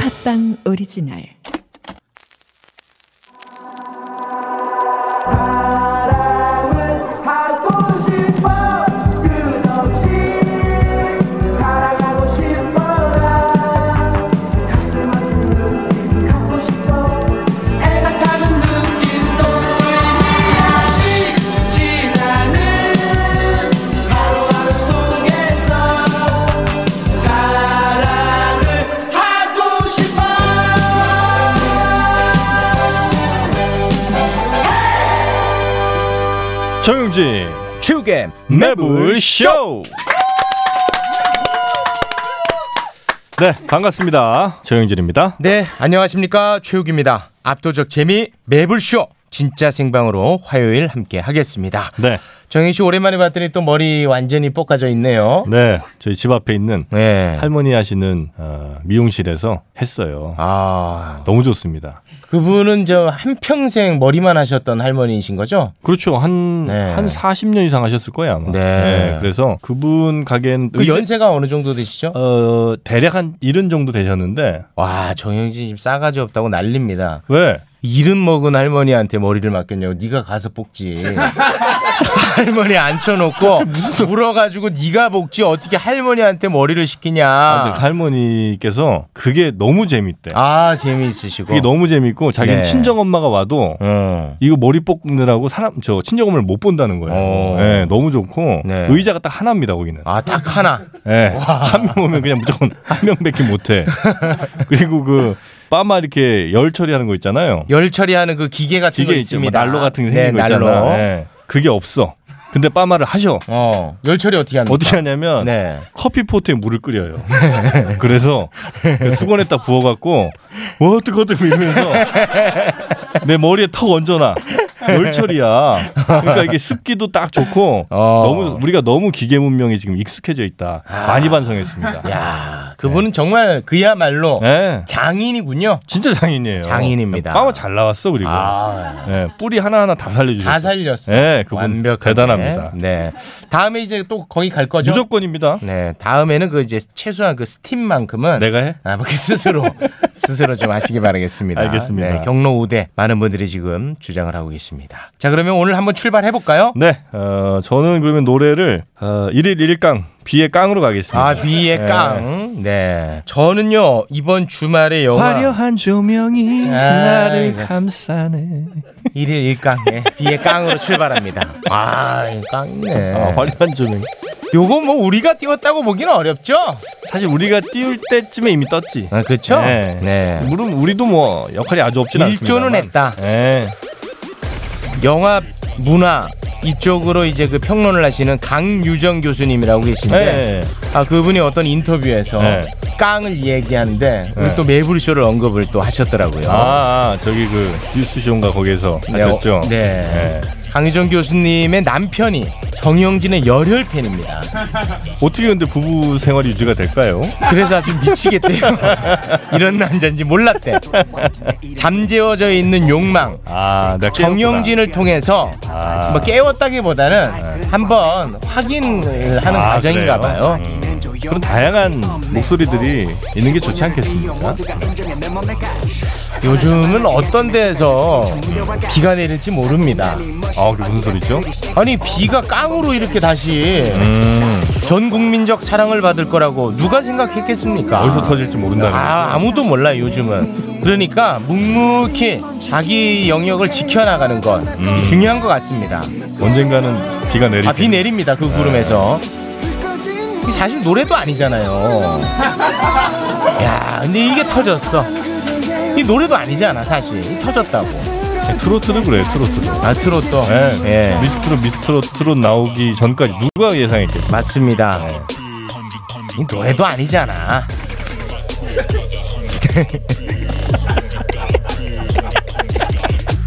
팟빵 오리지널 갖고 싶어 끝없이 사랑하고 싶어라 가슴은 눈빛 갖고 싶어 애틋하는 눈빛도 의미없이 지나는 하루하루 속에서 사랑을 하고 싶어 정영진 최욱의 매불쇼 네 반갑습니다 정영진입니다 네, 안녕하십니까. 최욱입니다. 압도적 재미 매불쇼. 진짜 생방으로 화요일 함께 하겠습니다. 네. 정희 씨 오랜만에 봤더니 또 머리 완전히 뽀까져 있네요. 네 저희 집 앞에 있는 네. 할머니 하시는 어, 미용실에서 했어요 아, 너무 좋습니다 그분은 저 한평생 머리만 하셨던 할머니이신 거죠? 그렇죠 한한 네. 40년 이상 하셨을 거예요 아마 네. 그래서 그분 가게는 그 의자- 연세가 어느 정도 되시죠? 어, 대략 한70 정도 되셨는데 와, 정영진 지금 싸가지 없다고 난립니다. 왜 이름 먹은 할머니한테 머리를 맡겼냐고 네가 가서 뽑지 할머니 그 앉혀놓고 물어가지고 네가 뽑지 어떻게 할머니한테 머리를 아, 시키냐 할머니께서 그게 너무 재밌대 아 재미있으시고 그게 너무 재밌고 자기는 네. 친정 엄마가 와도 어. 이거 머리 뽑느라고 사람 저 친정엄을 못 본다는 거예요. 어. 예, 너무 좋고 네. 의자가 딱 하나입니다 거기는. 아딱 하나 예, 한 명 오면 그냥 무조건 한 명밖에 못해. 그리고 그 빠마 이렇게 열 처리하는 거 있잖아요. 열 처리하는 그 기계 같은 기계 거 있죠, 뭐 있습니다 난로 같은 게 네, 생긴 거 난로. 있잖아. 예, 그게 없어. 근데 빠마를 하셔. 어, 열 처리 어떻게 하는 어떻게 하냐면 네. 커피 포트에 물을 끓여요. 그래서 그 수건에다 부어갖고 어떡어떡 이러면서 내 머리에 턱 얹어놔. 열철이야. 그러니까 이게 습기도 딱 좋고 어. 너무 우리가 너무 기계 문명에 지금 익숙해져 있다. 많이 반성했습니다. 아. 야 그분은 정말 그야말로 네. 장인이군요 진짜 장인이에요. 장인입니다. 빠마 잘 나왔어 그리고. 아. 네, 뿌리 하나하나 다 살려주셨어요. 다 살렸어 네, 그분 완벽하게. 대단합니다. 네 다음에 이제 또 거기 갈 거죠 무조건입니다. 네, 다음에는 그 이제 최소한 그 스팀만큼은 내가 해? 아, 뭐 스스로 스스로 좀 하시기 바라겠습니다. 알겠습니다. 네, 경로 5대 많은 분들이 지금 주장을 하고 계십니다. 자, 그러면 오늘 한번 출발해 볼까요? 네, 어, 저는 그러면 노래를 어, 1일 1강 비의 깡으로 가겠습니다. 아, 비의 깡. 네. 저는요, 이번 주말에 영화 조명이 나를 이거. 감싸네. 일일일깡에 비의 깡으로 출발합니다. 아, 이거 깡이네. 아, 화려한 조명. 요거 뭐 우리가 띄웠다고 보기는 어렵죠? 사실 우리가 띄울 때쯤에 이미 떴지. 아, 그렇죠? 네. 네. 물론 우리도 뭐 역할이 아주 없진 않습니다. 일조는 했다. 예. 영화 문화 이쪽으로 이제 그 평론을 하시는 강유정 교수님이라고 계신데 예. 아 그분이 어떤 인터뷰에서 네. 깡을 얘기하는데 우리 네. 또 매불쇼를 언급을 또 하셨더라고요. 아, 아, 저기 그 뉴스쇼인가 거기에서 어. 네, 하셨죠. 어, 네. 예. 강유정 교수님의 남편이 정영진의 열혈 팬입니다. 어떻게 근데 부부 생활이 유지가 될까요? 그래서 아주 미치겠대요. 이런 남자인지 몰랐대. 잠재워져 있는 욕망. 아, 내가 정영진을 통해서 아. 뭐 깨웠다기보다는 한번 확인을 하는 아, 과정인가 그래요? 음. 봐요. 깨웠구나. 그런 네, 다양한 뭐 목소리들이 어, 있는 게 좋지 않겠습니까? 요즘은 어떤 데에서 비가 내릴지 모릅니다. 아, 그게 무슨 소리죠? 아니 비가 깡으로 이렇게 다시 음. 전 국민적 사랑을 받을 거라고 누가 생각했겠습니까? 어디서 터질지 모른다는 거. 아, 아무도 몰라요 요즘은. 그러니까 묵묵히 자기 영역을 지켜나가는 건 음. 중요한 것 같습니다. 언젠가는 비가 내리. 아, 비 내립니다 그 구름에서. 이게 사실 노래도 아니잖아요. 야, 근데 이게 터졌어. 이 노래도 아니잖아 사실. 터졌다고. 네, 트로트도 그래, 트로트도. 아 트로트. 예. 예. 미스트로 미스트로 트롯 나오기 전까지 누가 예상했겠어? 맞습니다. 이 노래도 아니잖아.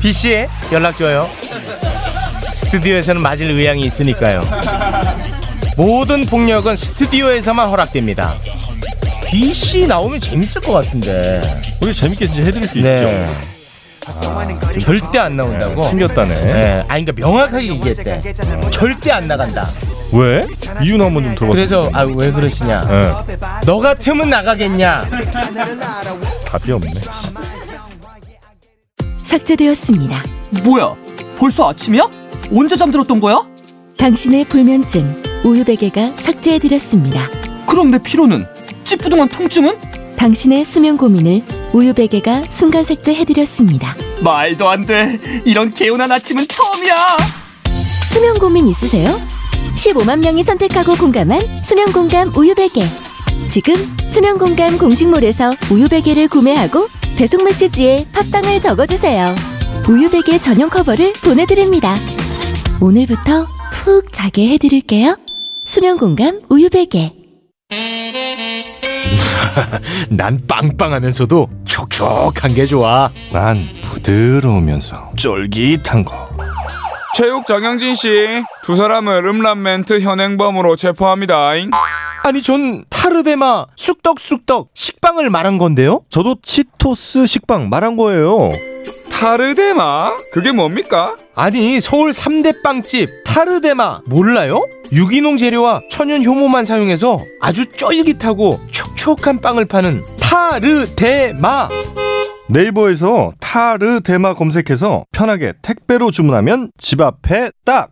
B 씨 연락 줘요. 스튜디오에서는 맞을 의향이 있으니까요. 모든 폭력은 스튜디오에서만 허락됩니다. B 씨 나오면 재밌을 것 같은데. 우리 재밌게 진짜 해드릴 수 네. 있죠. 절대 안 나온다고. 챙겼다네. 네. 아, 그러니까 명확하게 얘기했대. 절대 안 나간다. 왜? 이유는 한번 좀 들어봐. 그래서 아 왜 그러시냐? 예, 너 같으면 나가겠냐? 답이 없네. 삭제되었습니다. 뭐야? 벌써 아침이야? 언제 잠들었던 거야? 당신의 불면증 우유베개가 삭제해드렸습니다. 그럼 내 피로는? 찌뿌둥한 통증은? 당신의 수면 고민을 우유베개가 순간 삭제해드렸습니다. 말도 안 돼. 이런 개운한 아침은 처음이야. 수면 고민 있으세요? 15만 명이 선택하고 공감한 수면 공감 우유베개. 지금 수면 공감 공식몰에서 우유베개를 구매하고 배송 메시지에 팟빵을 적어주세요. 우유베개 전용 커버를 보내드립니다. 오늘부터 푹 자게 해드릴게요. 수면 공감 우유베개. 난 빵빵하면서도 촉촉한 게 좋아. 난 부드러우면서 쫄깃한 거. 체육 정영진 씨, 두 사람을 음란멘트 현행범으로 체포합니다. 아니 전 타르데마 쑥떡쑥떡 식빵을 말한 건데요. 저도 치토스 식빵 말한 거예요. 타르데마? 그게 뭡니까? 아니 서울 3대 빵집 타르데마 몰라요? 유기농 재료와 천연 효모만 사용해서 아주 쫄깃하고 촉촉한 빵을 파는 타르데마 네이버에서 타르데마 검색해서 편하게 택배로 주문하면 집 앞에 딱.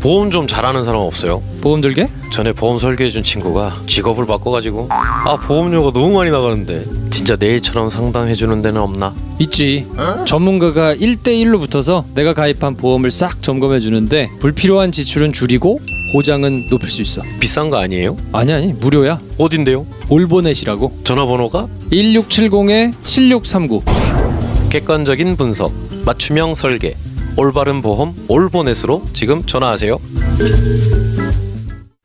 보험 좀 잘하는 사람 없어요? 보험 들게? 전에 보험 설계해준 친구가 직업을 바꿔가지고 아 보험료가 너무 많이 나가는데 진짜 내일처럼 상담해주는 데는 없나? 있지. 어? 전문가가 1대1로 붙어서 내가 가입한 보험을 싹 점검해 주는데 불필요한 지출은 줄이고 보장은 높일 수 있어. 비싼 거 아니에요? 아니 아니 무료야. 어딘데요? 올보넷이라고. 전화번호가 1670-7639. 객관적인 분석 맞춤형 설계 올바른 보험 올보넷으로 지금 전화하세요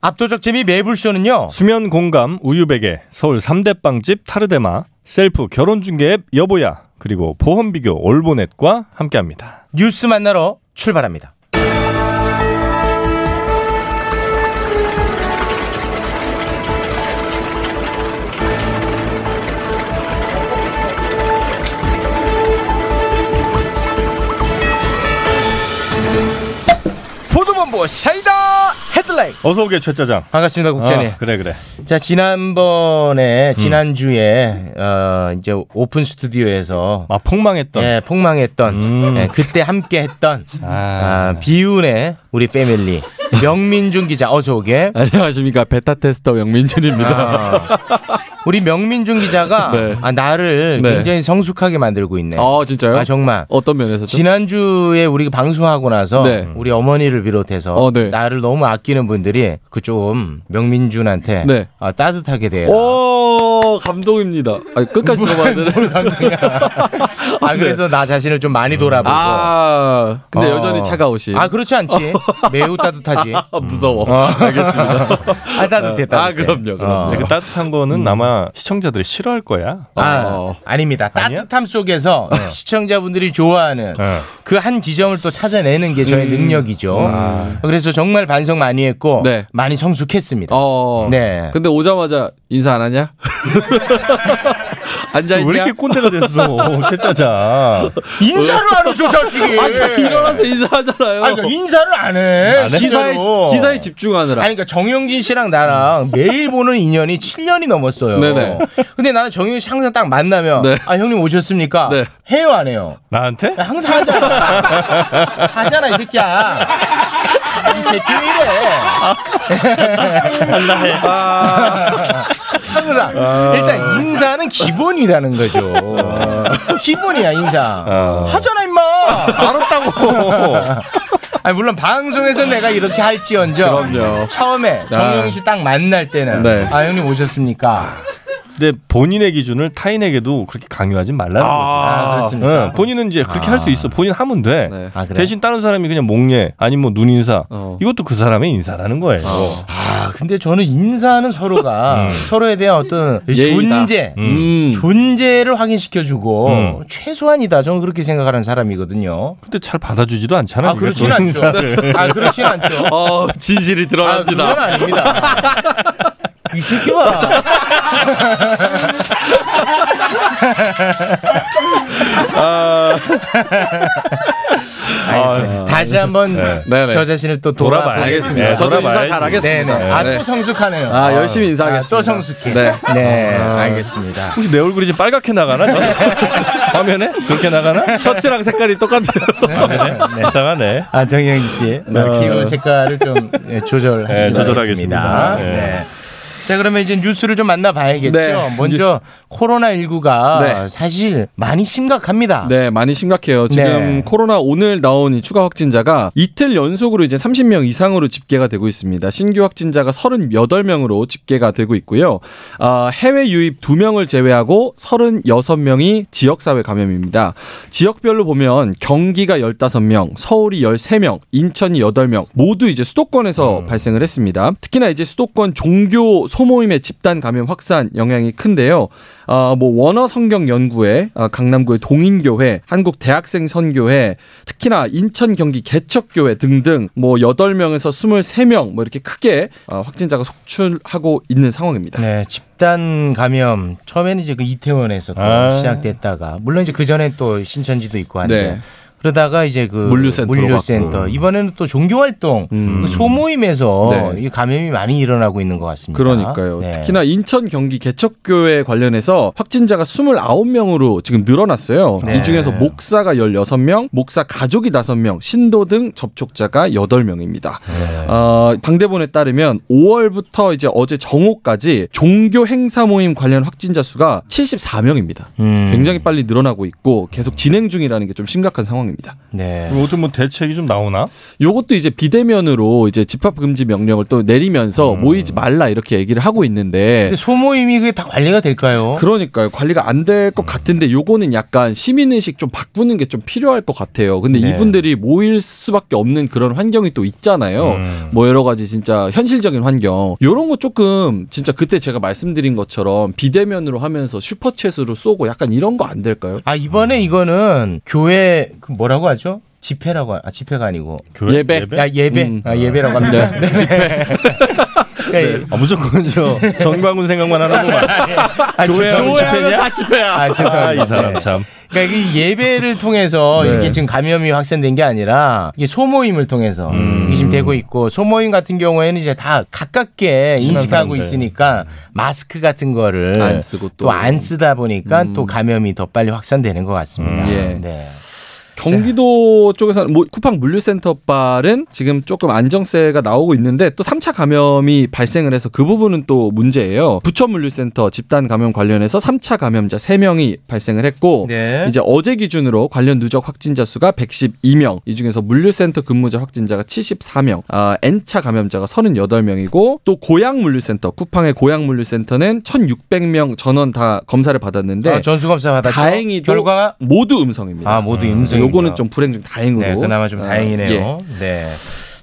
압도적 재미 매불쇼는요 수면 공감 우유베개 서울 3대 빵집 타르데마 셀프 결혼 중개 앱 여보야 그리고 보험 비교 올보넷과 함께합니다. 뉴스 만나러 출발합니다 보도본부 사이다 헤드라인 어서 오게 최짜장. 반갑습니다 국장님 아, 그래 그래. 자 지난번에 음. 지난주에 어, 이제 오픈 스튜디오에서 아 폭망했던. 예, 폭망했던 음. 예, 그때 함께 했던 아. 아, 비운의 우리 패밀리 명민준 기자 어서 오게 안녕하십니까 베타 테스터 명민준입니다. 아, 우리 명민준 기자가 네. 아, 나를 네. 굉장히 성숙하게 만들고 있네 아 진짜요? 아 정말 어떤 면에서죠? 지난주에 우리가 방송하고 나서 네. 우리 어머니를 비롯해서 어, 네. 나를 너무 아끼는 분들이 그 좀 명민준한테 네. 아, 따뜻하게 대해라 오 감동입니다. 아니, 끝까지 들어봐야 되네. 아 그래서 나 자신을 좀 많이 돌아보고 네. 음. 아 근데 어. 여전히 차가우신. 어. 아 그렇지 않지 매우 따뜻하지 어. 아, 무서워. 알겠습니다. 아 어. 따뜻해 따뜻해 아 그럼요. 그럼요. 근데 그 따뜻한 거는 음. 아마 시청자들이 싫어할 거야. 아, 어. 아닙니다. 아니야? 따뜻함 속에서 시청자분들이 좋아하는 어. 네. 그 한 지점을 또 찾아내는 게 음. 저의 능력이죠. 아. 그래서 정말 반성 많이 했고 아. 네. 많이 성숙했습니다. 어. 네. 근데 오자마자 인사 안 하냐? 앉아 왜 있냐? 이렇게 꼰대가 됐어 최짜장. 인사를 안 해줘 자식이. 아, 자, 일어나서 네. 인사하잖아요. 아니, 그러니까 인사를 안 해. 안 해? 기사에 진짜로. 기사에 집중하느라. 아니, 그러니까 정영진 씨랑 나랑 매일 보는 인연이 7년이 넘었어요. 네네. 근데 나는 정영진 씨 항상 딱 만나면 네. 아 형님 오셨습니까? 네. 해요 안 해요? 나한테? 야, 항상 하잖아. 하잖아, 이 새끼야. 이 새끼 왜 이래. 네. 아, 아. 항상. 아. 일단 인사는 기본이라는 거죠. 아. 기본이야, 인사. 하잖아, 임마. 알았다고. 아니 물론 방송에서 내가 이렇게 할지언정 그럼요. 처음에 정용 씨 딱 만날 때는 네. 아 형님 오셨습니까? 근데 본인의 기준을 타인에게도 그렇게 강요하지 말라는 아, 거지. 그렇습니까? 응, 본인은 이제 그렇게 할 수 있어. 본인 하면 돼. 네. 아 그래. 대신 다른 사람이 그냥 목례 아니면 뭐 눈인사 어. 이것도 그 사람의 인사라는 거예요. 아 근데 저는 인사하는 서로가 서로에 대한 어떤 이 음. 예의다. 존재 음. 존재를 확인시켜주고 음. 최소한이다 저는 그렇게 생각하는 사람이거든요. 근데 잘 받아주지도 않잖아요. 아 그렇진 않죠. 아 그렇진 않죠. 어, 진실이 아 그건 드러납니다. 아닙니다. 이 새끼가 아. 알겠습니다. 다시 한번 네, 네. 저 자신을 또 돌아봐야겠습니다. 알겠습니다. 네, 저도 인사 돌아봐야지. 그 잘하겠습니다. 네네. 아 네. 또 성숙하네요. 아, 열심히 인사하겠습니다. 아, 또 성숙해. 네. 네, 아. 알겠습니다. 혹시 내 얼굴이 지금 빨갛게 나가나? 지금? 화면에 그렇게 나가나? 셔츠랑 색깔이 똑같네요. 이상하네. 아 정영 씨 어. 피부 색깔을 좀 예, 조절하시기 네, 조절하겠습니다. 바라겠습니다. 네. 네. 자 그러면 이제 뉴스를 좀 만나봐야겠죠. 네, 먼저 코로나 19가 네. 사실 많이 심각합니다. 네, 많이 심각해요. 지금 네. 코로나 오늘 나온 이 추가 확진자가 이틀 연속으로 이제 30명 이상으로 집계가 되고 있습니다. 신규 확진자가 38명으로 집계가 되고 있고요. 아, 해외 유입 2명을 제외하고 36명이 지역사회 감염입니다. 지역별로 보면 경기가 15명, 서울이 13명, 인천이 8명 모두 이제 수도권에서 발생을 했습니다. 특히나 이제 수도권 종교 소모임의 집단 감염 확산 영향이 큰데요. 아, 뭐 원어 성경 연구회, 아, 강남구의 동인교회, 한국 대학생 선교회, 특히나 인천 경기 개척교회 등등 뭐 8명에서 23명 뭐 이렇게 크게 아, 확진자가 속출하고 있는 상황입니다. 네, 집단 감염 처음에는 이제 그 이태원에서 또 아. 시작됐다가 물론 이제 그 전에 또 신천지도 있고 한데 네. 그러다가 이제 그 물류센터로 물류센터. 갔고. 이번에는 또 종교 활동 음. 그 소모임에서 네. 이 감염이 많이 일어나고 있는 것 같습니다. 그러니까요. 네. 특히나 인천 경기 개척교회 관련해서 확진자가 29명으로 지금 늘어났어요. 네. 이 중에서 목사가 16명, 목사 가족이 5명, 신도 등 접촉자가 8명입니다. 네. 어, 방대본에 따르면 5월부터 이제 어제 정오까지 종교 행사 모임 관련 확진자 수가 74명입니다. 음. 굉장히 빨리 늘어나고 있고 계속 진행 중이라는 게 좀 심각한 상황입니다. 네. 요즘 뭐 대책이 좀 나오나? 요것도 이제 비대면으로 이제 집합 금지 명령을 또 내리면서 음. 모이지 말라 이렇게 얘기를 하고 있는데 근데 소모임이 그게 다 관리가 될까요? 그러니까요. 관리가 안 될 것 같은데 요거는 약간 시민의식 좀 바꾸는 게 좀 필요할 것 같아요. 근데 네. 이분들이 모일 수밖에 없는 그런 환경이 또 있잖아요. 음. 뭐 여러 가지 진짜 현실적인 환경. 요런 거 조금 진짜 그때 제가 말씀드린 것처럼 비대면으로 하면서 슈퍼챗으로 쏘고 약간 이런 거 안 될까요? 아 이번에 이거는 교회 그 뭐라고 하죠? 집회라고 하- 아 집회가 아니고 교회- 예배. 야 예배 음. 아 예배라고 합니다. 네. 집회. 아, 무조건 저 정광훈 생각만 하는구만. 아, 교회하고 죄송합니다. 집회냐? 아 죄송합니다. 이 사람 네. 참. 그러니까 이 예배를 통해서 네. 이게 지금 감염이 확산된 게 아니라 이게 소모임을 통해서 음. 이게 지금 되고 있고 소모임 같은 경우에는 이제 다 가깝게 인식하고 사람들. 있으니까 마스크 같은 거를 안 쓰고 또. 또 안 쓰다 보니까 또 감염이 더 빨리 확산되는 것 같습니다. 음, 예. 네. 경기도 쪽에서 뭐 쿠팡 물류센터 발은 지금 조금 안정세가 나오고 있는데 또 3차 감염이 발생을 해서 그 부분은 또 문제예요. 부천 물류센터 집단 감염 관련해서 3차 감염자 3명이 발생을 했고 네. 이제 어제 기준으로 관련 누적 확진자 수가 112명. 이 중에서 물류센터 근무자 확진자가 74명. 아, N차 감염자가 38명이고 또 고양 물류센터 쿠팡의 고양 물류센터는 1,600명 전원 다 검사를 받았는데 아, 전수 검사 받았죠. 네. 다행히도 결과가 모두 음성입니다. 아 모두 음성. 요거는 좀 불행 중 다행으로. 네, 그나마 좀 아, 예. 다행이네요. 네.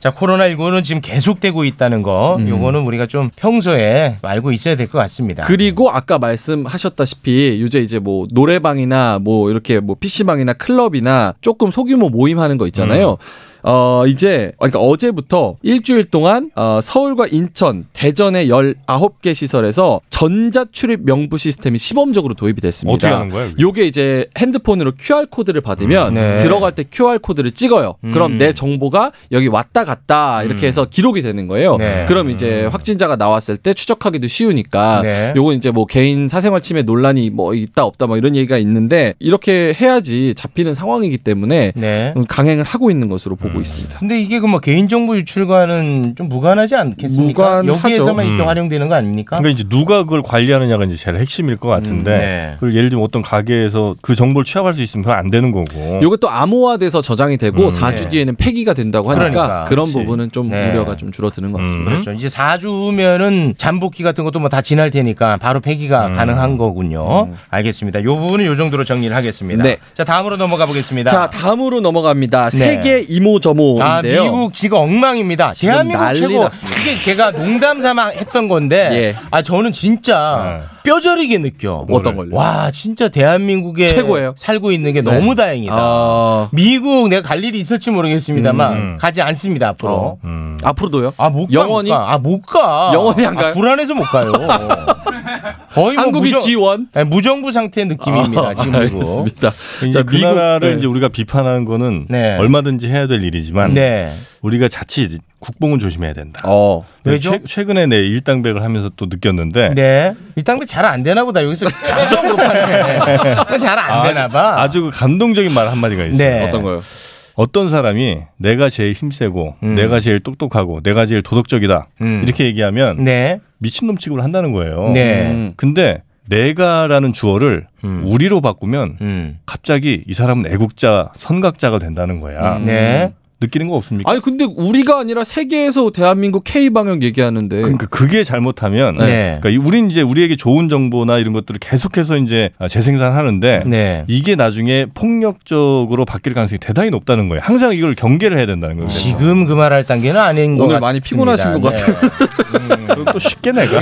자, 코로나19는 지금 계속되고 있다는 거, 음. 요거는 우리가 좀 평소에 알고 있어야 될 것 같습니다. 그리고 아까 말씀하셨다시피 요새 이제 뭐 노래방이나 뭐 이렇게 뭐 PC방이나 클럽이나 조금 소규모 모임하는 거 있잖아요. 어, 이제, 그러니까 어제부터 일주일 동안, 어, 서울과 인천, 대전의 19개 시설에서 전자출입 명부 시스템이 시범적으로 도입이 됐습니다. 어떻게 하는 거야, 이게? 음. 요게 이제 핸드폰으로 QR코드를 받으면 음, 네. 음. 들어갈 때 QR코드를 찍어요. 그럼 내 정보가 여기 왔다 갔다 이렇게 해서 기록이 되는 거예요. 네. 그럼 이제 확진자가 나왔을 때 추적하기도 쉬우니까 네. 요건 이제 뭐 개인 사생활 침해 논란이 뭐 있다 없다 뭐 이런 얘기가 있는데 이렇게 해야지 잡히는 상황이기 때문에 네. 강행을 하고 있는 것으로 보고 보고 있습니다. 근데 이게 그 뭐 개인정보 유출과는 좀 무관하지 않겠습니까? 무관하죠. 여기에서만 이렇게 음. 활용되는 거 아닙니까? 그러니까 이제 누가 그걸 관리하느냐가 이제 제일 핵심일 것 같은데 음, 네. 그리고 예를 들면 어떤 가게에서 그 정보를 취합할 수 있으면 그건 안 되는 거고 요게 또 암호화돼서 저장이 되고 음. 4주 네. 뒤에는 폐기가 된다고 그러니까, 하니까 그런 그치. 부분은 좀 네. 우려가 좀 줄어드는 것 같습니다. 음. 그렇죠. 이제 4주면은 잠복기 같은 것도 뭐 다 지날 테니까 바로 폐기가 음. 가능한 거군요. 알겠습니다. 요 부분은 요 정도로 정리를 하겠습니다. 네. 자, 다음으로 넘어가 보겠습니다. 자 다음으로 넘어갑니다. 네. 세계 아, 이모저모인데요. 미국 지금 엉망입니다. 지금 대한민국 난리 최고. 났습니다. 이게 제가 농담 삼아 했던 건데, 예. 네. 아, 저는 진짜 뼈저리게 느껴. 어떤 걸요? 와, 진짜 대한민국에 최고예요. 네. 살고 있는 게 너무 다행이다. 아, 미국 내가 갈 일이 있을지 모르겠습니다만, 음. 가지 않습니다, 앞으로. 어. 음. 앞으로도요? 아, 못 가. 영원히? 못 가. 아, 못 가. 영원히 안 가요? 아, 불안해서 못 가요. 거의 뭐 한국이 무정, 지원. 네, 무정부 상태 느낌입니다, 지금 미국. 알겠습니다. 이제 자, 그 미국, 나라를 네. 이제 우리가 비판하는 거는 네. 얼마든지 해야 될 일이지만 네. 우리가 자칫 국뽕은 조심해야 된다. 어. 왜죠? 네, 최, 근에내 일당백을 하면서 또 느꼈는데 네. 이 땅도 잘안 되나 보다. 여기서 감정 높아네. 잘안 되나 봐. 아주 그 감동적인 말 한마디가 있어요. 네. 어떤 거요? 어떤 사람이 내가 제일 힘세고 음. 내가 제일 똑똑하고 내가 제일 도덕적이다 음. 이렇게 얘기하면 네. 미친놈 취급을 한다는 거예요. 네. 음. 근데 내가라는 주어를 음. 우리로 바꾸면 음. 갑자기 이 사람은 애국자, 선각자가 된다는 거야. 음. 네. 느끼는 거 없습니까? 아니 근데 우리가 아니라 세계에서 대한민국 K 방역 얘기하는데 그러니까 그게 잘못하면 네. 그러니까 이- 우린 이제 우리에게 좋은 정보나 이런 것들을 계속해서 이제 재생산하는데 네. 이게 나중에 폭력적으로 바뀔 가능성이 대단히 높다는 거예요. 항상 이걸 경계를 해야 된다는 거예요. 지금 그 말 할 단계는 아닌 것 같습니다. 오늘 네. 많이 피곤하신 것 그걸 또 쉽게 내가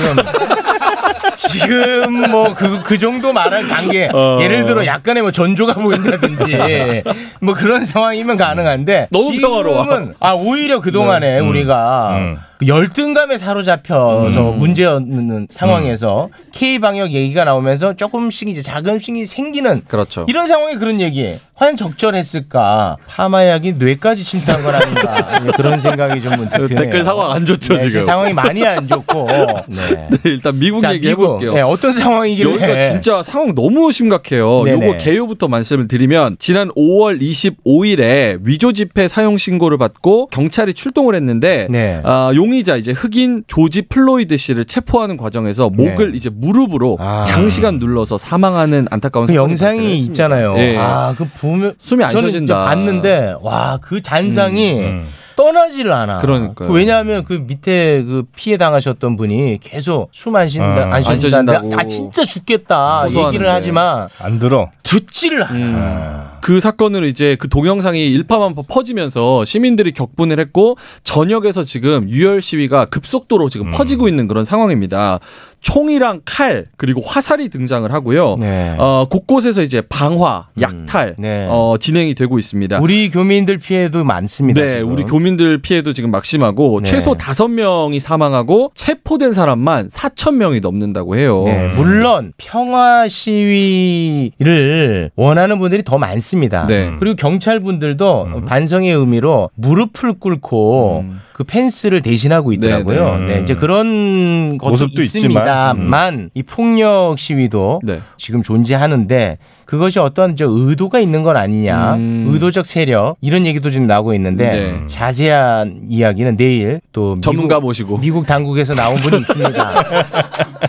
지금 뭐 그 그 정도 말할 단계 예를 들어 약간의 뭐 전조가 보인다든지 뭐 그런 상황이면 가능한데 너무 지금은- 평화로워. 네. 아 오히려 그 동안에 음. 우리가 음. 그 열등감에 음. 사로잡혀서 문제였는 상황에서 K 방역 얘기가 나오면서 조금씩 이제 자금씩이 생기는 그렇죠. 이런 상황에 그런 얘기 과연 적절했을까 파마약이 뇌까지 침투한 건 아닌가 그런 생각이 좀 문득 드네요. 댓글 상황 안 좋죠 네, 지금. 상황이 많이 안 좋고 네. 네, 일단 미국 자, 얘기 미국. 해볼게요. 네, 어떤 상황이길래 여기가 진짜 상황 너무 심각해요. 네네. 요거 개요부터 말씀을 드리면 지난 5월 25일에 위조 지폐 사용 신고를 받고 경찰이 출동을 했는데 네. 아, 용의자 이제 흑인 조지 플로이드 씨를 체포하는 과정에서 목을 네. 이제 무릎으로 아. 장시간 눌러서 사망하는 안타까운 그 사건이 영상이 발생했습니다. 있잖아요. 예. 아, 그 보면 숨이 안 저는 쉬어진다. 이제 봤는데 와, 그 잔상이 음, 음. 떠나지를 않아. 그러니까요. 그 왜냐하면 그 밑에 그 피해 당하셨던 분이 계속 숨 안 쉰다, 음, 안 아, 안 쉰다는데 쉬어진다고. 아 진짜 죽겠다 호소하는데. 얘기를 하지만 안 들어. 듣지를 않아. 음. 그 사건으로 이제 그 동영상이 일파만파 퍼지면서 시민들이 격분을 했고 전역에서 지금 유혈 시위가 급속도로 지금 음. 퍼지고 있는 그런 상황입니다. 총이랑 칼 그리고 화살이 등장을 하고요. 네. 어, 곳곳에서 이제 방화, 약탈 네. 어, 진행이 되고 있습니다. 우리 교민들 피해도 많습니다. 네, 지금. 우리 교민들 피해도 지금 막심하고 네. 최소 다섯 명이 사망하고 체포된 사람만 4천 명이 넘는다고 해요. 네, 물론 평화 시위를 원하는 분들이 더 많습니다. 네. 그리고 경찰 분들도 반성의 의미로 무릎을 꿇고 음. 그 펜스를 대신하고 있더라고요. 네, 네, 네. 이제 그런 것도 모습도 있습니다만 이 폭력 시위도 음. 네. 지금 존재하는데 그것이 어떤 저 의도가 있는 건 아니냐, 음. 의도적 세력 이런 얘기도 지금 나오고 있는데 네. 자세한 이야기는 내일 또 미국- 전문가 모시고 미국 당국에서 나온 분이 있습니다.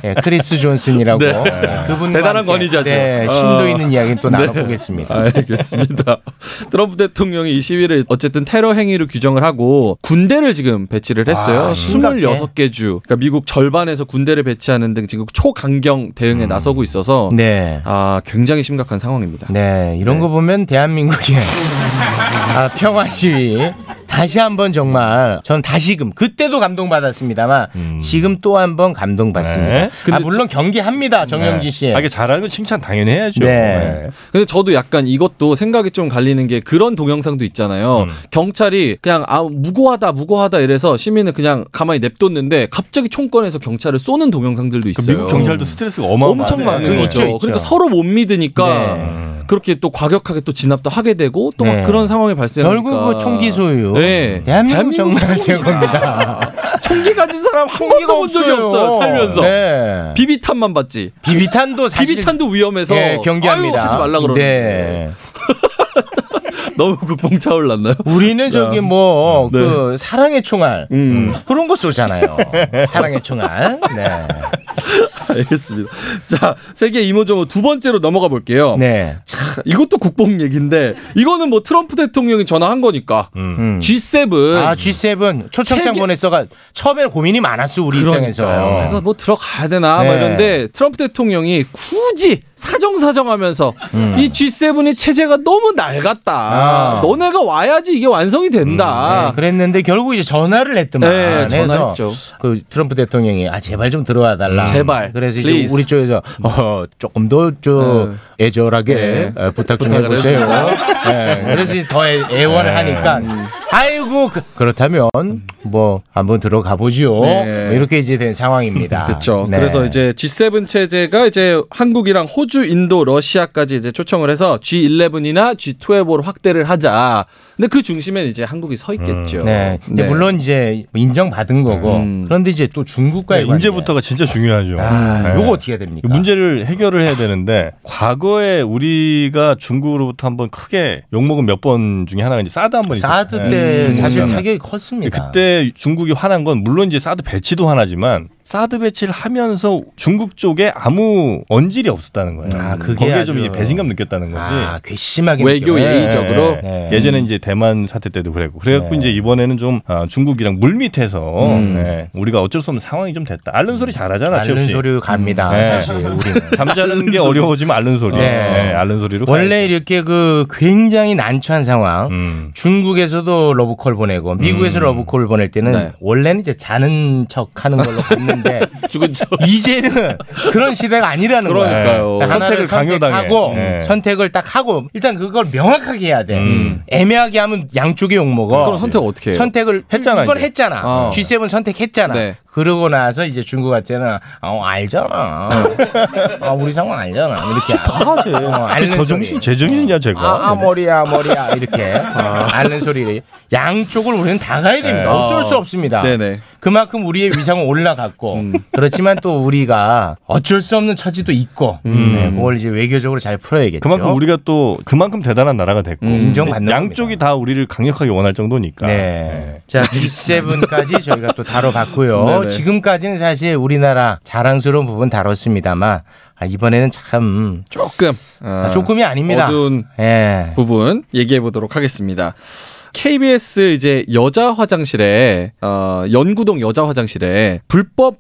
예, 크리스 존슨이라고 네. 예, 그분과 대단한 함께, 권위자죠. 네, 어. 아. 심도 있는 이야기 또 나눠보겠습니다. 알겠습니다. 트럼프 대통령이 이 시위를 어쨌든 테러 행위로 규정을 하고 군대를 지금 배치를 했어요. 아, 심각해. 26개 주. 그러니까 미국 절반에서 군대를 배치하는 등 지금 초강경 대응에 나서고 있어서 네. 아, 굉장히 심각한 상황입니다. 네, 이런 거 보면 대한민국의 아, 평화 시위 다시 한번 정말 전 다시금 그때도 감동받았습니다만 음. 지금 또 한번 감동받습니다. 네. 아, 물론 경기합니다, 정영진 씨. 네. 아, 이게 잘하는 건 칭찬 당연히 해야죠. 네. 근데 저도 약간 이것도 생각이 좀 갈리는 게 그런 동영상도 있잖아요. 경찰이 그냥 아 무고하다 무고하다 이래서 시민을 그냥 가만히 냅뒀는데 갑자기 총권에서 경찰을 쏘는 동영상들도 그 있어요. 미국 경찰도 스트레스가 어마어마하네. 엄청 많은 네. 거죠. 있죠, 있죠. 그러니까 서로 못 믿으니까 네. 그렇게 또 과격하게 또 진압도 하게 되고 또 막 네. 그런 상황이 발생하니까 결국 그 총기 소유. 네. 대한민국, 대한민국 정말 총기가- 최고입니다. 총기 가진 사람 한 번도 본 적이 없어요. 살면서 네. 비비탄만 봤지. 비비탄도 사실 네, 비비탄도 위험해서 예, 경계합니다. 아유, 하지 말라 네. 그러는데 너무 국뽕 차올랐나요? 우리는 저기 뭐 그 사랑의 총알 네. 음. 그런 거 쏘잖아요. 사랑의 총알. 네. 알겠습니다. 자, 세계 이모저모 두 번째로 넘어가 볼게요. 네. 자, 이것도 국뽕 얘기인데 이거는 뭐 트럼프 대통령이 전화한 거니까. 음. G7 아 G7 초청장 그 세계- 보냈어가 처음에는 고민이 많았어 우리 그러니까요. 입장에서. 이거 뭐 들어가야 되나 막 네. 이런데 트럼프 대통령이 굳이 사정사정하면서 이 G7이 체제가 너무 낡았다. 음. 아. 너네가 와야지 이게 완성이 된다. 네, 그랬는데 결국 이제 전화를 했더만. 아. 네, 그래서 전화했죠. 그 트럼프 대통령이 아 제발 좀 들어와 달라. 음, 제발. 그래서 이제 Please. 네. 우리 쪽에서 어, 조금 더 좀 애절하게 어, 부탁 좀 부탁을 네. 해보세요. 네, 그래서 이제 더 애- 애원을 하니까. 아이고 그, 그렇다면 뭐 한번 들어가 보지요. 네. 이렇게 이제 된 상황입니다. 그렇죠. 네. 그래서 이제 G7 체제가 이제 한국이랑 호주, 인도, 러시아까지 이제 초청을 해서 G11이나 G12로 확대를 하자. 근데 그 중심엔 이제 한국이 서 있겠죠. 네. 근데 네. 물론 이제 인정받은 거고 음. 네, 그런데 이제 또 중국과의 관계. 그러니까 인제부터가 진짜 중요하죠. 네. 아, 네. 요거 어떻게 해야 됩니까? 문제를 해결을 해야 되는데 과거에 우리가 중국으로부터 한번 크게 욕먹은 몇 번 중에 하나가 이제 사드 한 번 있었어요. 사드 때 음. 사실 그러면. 타격이 컸습니다. 그때 중국이 화난 건 물론 이제 사드 배치도 하나지만 사드 배치를 하면서 중국 쪽에 아무 언질이 없었다는 거예요. 아, 그게 거기에 아주- 좀 이제 배신감 느꼈다는 거지. 아, 괘씸하게 외교 느껴요. 예의. 예의적으로? 네. 예전에 이제 대만 사태 때도 그랬고 그래갖고 네. 이제 이번에는 좀 아, 중국이랑 물밑에서 음. 예, 우리가 어쩔 수 없는 상황이 좀 됐다. 앓는 소리 잘하잖아, 최 알른 씨. 소리 갑니다. 네. 사실 우리는 잠자는 게 어려워지면 앓는 소리. 네. 예, 앓는 소리로. 원래 가야지. 이렇게 그 굉장히 난처한 상황. 음. 중국에서도 러브콜 보내고 미국에서 음. 러브콜 보낼 때는 네. 원래는 이제 자는 척 하는 걸로 갔는데 죽은 그렇죠. 척. 이제는 그런 시대가 아니라는 그러니까요. 거예요. 하나를 선택을 강요당해. 선택하고 네. 선택을 딱 하고 일단 그걸 명확하게 해야 돼. 음. 애매하게 하면 양쪽에 욕 먹어. 그럼 선택 어떻게 해요? 선택을 음, 했잖아, 이건 이제. 했잖아. 어. G7 선택했잖아. 네. 그러고 나서 이제 중국 한테는 어, 알잖아. 아, 우리 상황 알잖아. 이렇게 뭐 파하세. 어, 알는 그 저 소리. 정신, 제 정신이야, 제가. 아, 아, 머리야 머리야 이렇게 앓는 소리를 양쪽을 우리는 다 가야 됩니다. 어쩔 수 없습니다. 네네. 그만큼 우리의 위상은 올라갔고 그렇지만 또 우리가 어쩔 수 없는 처지도 있고 네, 그걸 이제 외교적으로 잘 풀어야겠죠. 그만큼 우리가 또 그만큼 대단한 나라가 됐고 음. 인정받는 양쪽이 겁니다. 다 우리를 강력하게 원할 정도니까. 네. 자, G7까지 저희가 또 다뤄봤고요. 네네. 지금까지는 사실 우리나라 자랑스러운 부분 다뤘습니다만, 아, 이번에는 참, 조금 아, 조금이 아닙니다. 어두운 예. 부분 얘기해 보도록 하겠습니다. KBS 이제 여자 화장실에 어, 연구동 여자 화장실에 불법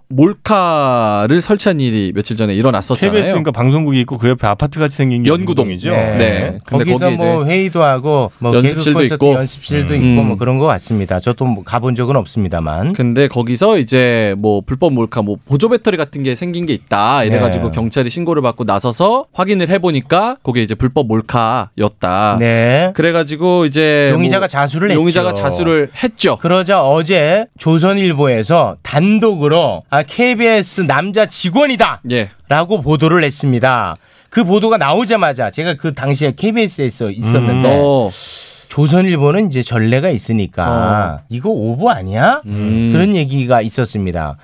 몰카를 설치한 일이 며칠 전에 일어났었잖아요. KBS니까 방송국이 있고 그 옆에 아파트 같이 생긴 게 연구동이죠. 연구동이죠. 네. 근데 거기서 거기 이제 뭐 회의도 하고 뭐 연습실도 개그 콘서트 있고. 연습실도 음. 그, 있고 뭐 그런 것 같습니다. 저도 뭐 가본 적은 없습니다만. 근데 거기서 이제 뭐 불법 몰카 뭐 보조 배터리 같은 게 생긴 게 있다 이래가지고 네. 경찰이 신고를 받고 나서서 확인을 해보니까 그게 이제 불법 몰카였다. 네. 아. 그래가지고 이제 용의자가 뭐 자수를 했죠. 용의자가 자수를 했죠. 그러자 어제 조선일보에서 단독으로 아, KBS 남자 직원이다. 예. 라고 보도를 했습니다. 그 보도가 나오자마자 제가 그 당시에 KBS에서 있었는데 어. 조선일보는 이제 전례가 있으니까 이거 오보 아니야? 어. 음. 그런 얘기가 있었습니다.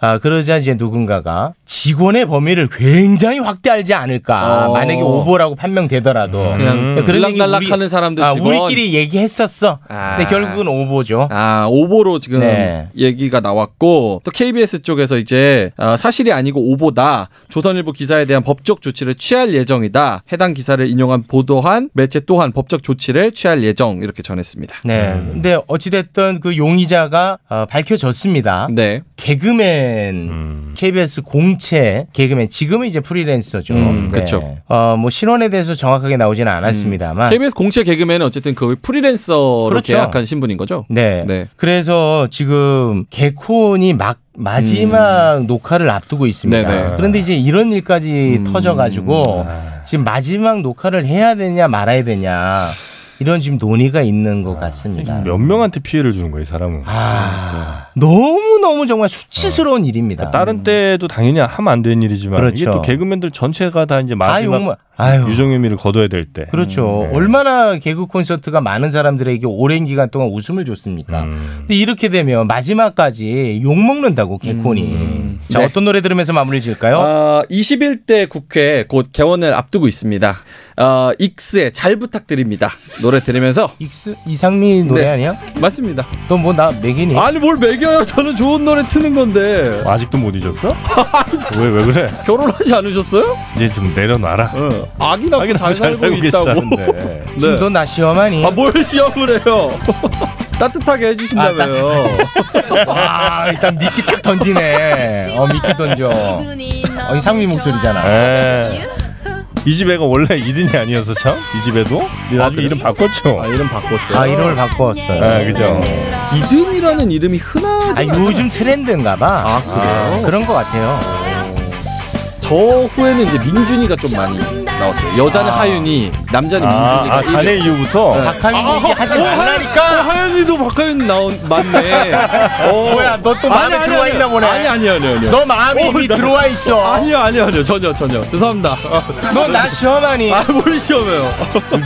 아, 그러자 이제 누군가가 직원의 범위를 굉장히 확대하지 않을까. 어. 만약에 오보라고 판명되더라도. 음. 그냥 그런 얘기 우리- 들락날락하는 사람들 아, 직원. 우리끼리 얘기했었어. 아. 근데 결국은 오보죠. 아 오보로 지금 어? 네. 얘기가 나왔고 또 KBS 쪽에서 이제 아, 사실이 아니고 오보다 조선일보 기사에 대한 법적 조치를 취할 예정이다. 해당 기사를 인용한 보도한 매체 또한 법적 조치를 취할 예정 이렇게 전했습니다. 네. 근데 어찌됐든 그 용의자가 어, 밝혀졌습니다. 네. 개그맨 음. KBS 공채 개그맨 지금은 이제 프리랜서죠. 네. 음, 그쵸. 음. 어뭐 신원에 대해서 정확하게 나오지는 않았습니다만. KBS 공채 개그맨은 어쨌든 그 프리랜서로 그렇죠. 계약한 신분인 거죠. 네. 네. 그래서 지금 개콘이 막 마지막 녹화를 앞두고 있습니다. 음. 네네. 음. 아. 그런데 이제 이런 일까지 터져가지고 지금 마지막 녹화를 해야 되냐 말아야 되냐 이런 지금 논의가 있는 아, 것 같습니다. 몇 명한테 피해를 주는 거예요, 이 사람은. 아, 너무 너무 정말 수치스러운 어. 일입니다. 다른 때도 당연히 하면 안 되는 일이지만 이게 그렇죠. 또 개그맨들 전체가 다 이제 다 마지막 욕먹- 아유. 유종의미를 거둬야 될 때. 그렇죠. 음, 네. 얼마나 개그 콘서트가 많은 사람들에게 오랜 기간 동안 웃음을 줬습니까? 음. 근데 이렇게 되면 마지막까지 욕먹는다고, 개콘이. 자, 네. 어떤 노래 들으면서 마무리를 지을까요? 어, 21대 국회 곧 개원을 앞두고 있습니다. 어, 익스의 잘 부탁드립니다. 노래 들으면서 익스, 이상미 노래 네. 아니야? 맞습니다. 너 뭐 나 매기니? 아니 뭘 매겨요? 저는 좋은 노래 트는 건데 아직도 못 잊었어? 왜 왜 그래? 결혼하지 않으셨어요? 이제 좀 내려놔라. 어. 아기 낳고 하긴 잘, 나도 잘 살고, 살고 있다고. 계시다는데. 지금 너 나 시험하니? 네. 아뭘 뭐 시험을 해요? 아, 따뜻하게 해주신다며요. 아, 와, 일단 미끼 딱 던지네. 어, 미끼 던져. 어, 이상미 목소리잖아. 에. 예. 이 집 애가 원래 이든이 아니어서 참? 이 집에도? 근데 나중에 이름 바꿨죠? 아 이름 바꿨어요. 아, 이름을 바꿔왔어요. 네, 아, 그죠. 이든이라는 이름이 흔하지 아, 요즘 트렌드인가 봐. 아, 그래요? 그런 것 같아요. 저 후에는 이제 민준이가 좀 많이 나왔어요. 여자는 하윤이, 남자는 아, 아 민준이가 자네 이후부터? 네. 박하윤 얘기 하지 말라니까. 하윤이도 박하윤 나온 맞네. 뭐야, 너 또 마음에 들어와 있나 보네. 아니 아니 아니 아니. 너 마음에 어, 이미 나- 들어와 있어. 아니요 아니요 아니요 전혀 전혀 죄송합니다. 아, 너 나 시험하니? 아뭘 시험해요?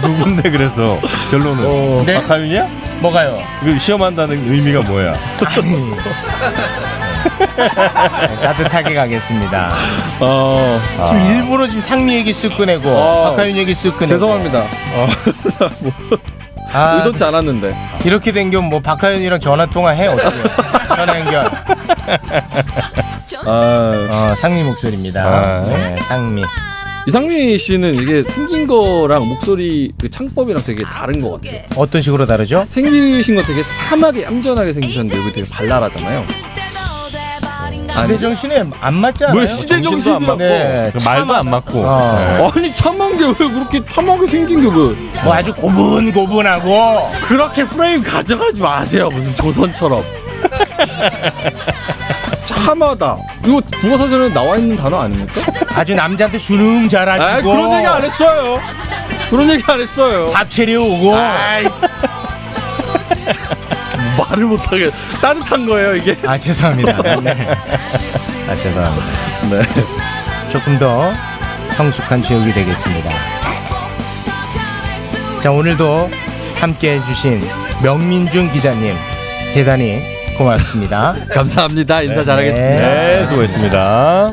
누군데 그래서 결론은? 네? 박하윤이야? 뭐가요? 그 시험한다는 의미가 뭐야? 따뜻하게 가겠습니다. 어 지금 일부러 지금 상미 얘기 쓱 꺼내고 어. 박하윤 얘기 쓱 꺼내고 죄송합니다. 네, 네, 아, 의도치 않았는데. 이렇게 된 경우 뭐 박하윤이랑 전화 통화 해 어떻게? 전화 연결. 아 어, 상미 목소리입니다. 아. 네, 상미. 이상민 씨는 이게 생긴 거랑 목소리 그 창법이랑 되게 다른 것 같아요. 어떤 식으로 다르죠? 생기신 건 되게 참하게 얌전하게 생기셨는데 여기 되게 발랄하잖아요. 시대 정신에 안 맞지 않아요? 왜 시대 정신도 안 정신이야? 맞고 네, 그 말도 안 맞고 어. 네. 아니 참한 게 왜 그렇게 참하게 생긴 게 왜? 뭐 아주 고분고분하고 그렇게 프레임 가져가지 마세요. 무슨 조선처럼. 참하다. 이거 국어사전에 나와 있는 단어 아닙니까? 아주 남자한테 수능 아 잘하시고 그런 얘기 안 했어요. 그런 얘기 안 했어요. 밥 차려오고 말을 못하게 따뜻한 거예요 이게. 아 죄송합니다. 네. 아 죄송합니다. 네. 조금 더 성숙한 지역이 되겠습니다. 자 오늘도 함께해 주신 명민준 기자님 대단히 고맙습니다. 네. 감사합니다. 인사 잘하겠습니다. 네, 수고했습니다.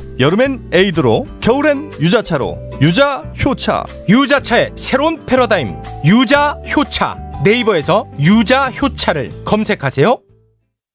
여름엔 에이드로, 겨울엔 유자차로. 유자 효차. 유자차의 새로운 패러다임 유자 효차 네이버에서 유자 효차를 검색하세요.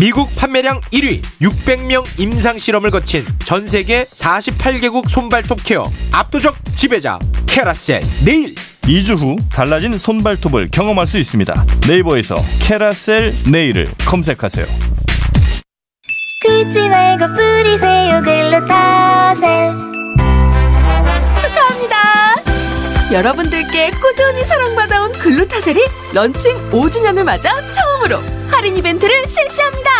미국 판매량 1위 600명 임상 실험을 거친 전 세계 48개국 손발톱 케어 압도적 지배자 캐라셀 네일 2주 후 달라진 손발톱을 경험할 수 있습니다 네이버에서 캐라셀 네일을 검색하세요 긁지 말고 뿌리세요 글루타셀 축하합니다 여러분들께 꾸준히 사랑받아온 글루타셀이 런칭 5주년을 맞아 처음으로 할인 이벤트를 실시합니다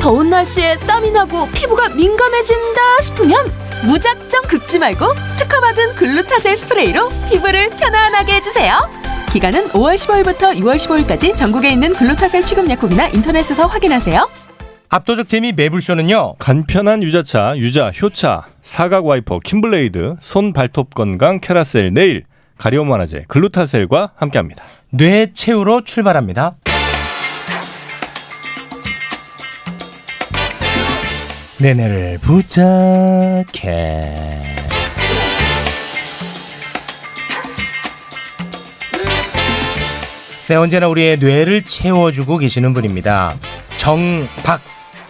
더운 날씨에 땀이 나고 피부가 민감해진다 싶으면 무작정 긁지 말고 특허받은 글루타셀 스프레이로 피부를 편안하게 해주세요. 기간은 5월 15일부터 6월 15일까지 전국에 있는 글루타셀 취급 약국이나 인터넷에서 확인하세요. 압도적 재미 매불쇼는요. 간편한 유자차, 유자, 효차, 사각 와이퍼, 킴블레이드, 손 발톱 건강, 캐라셀, 네일, 가려움 완화제, 글루타셀과 함께합니다. 뇌 채우러 출발합니다. 내내를 부탁해. 네, 언제나 우리의 뇌를 채워주고 계시는 분입니다. 정박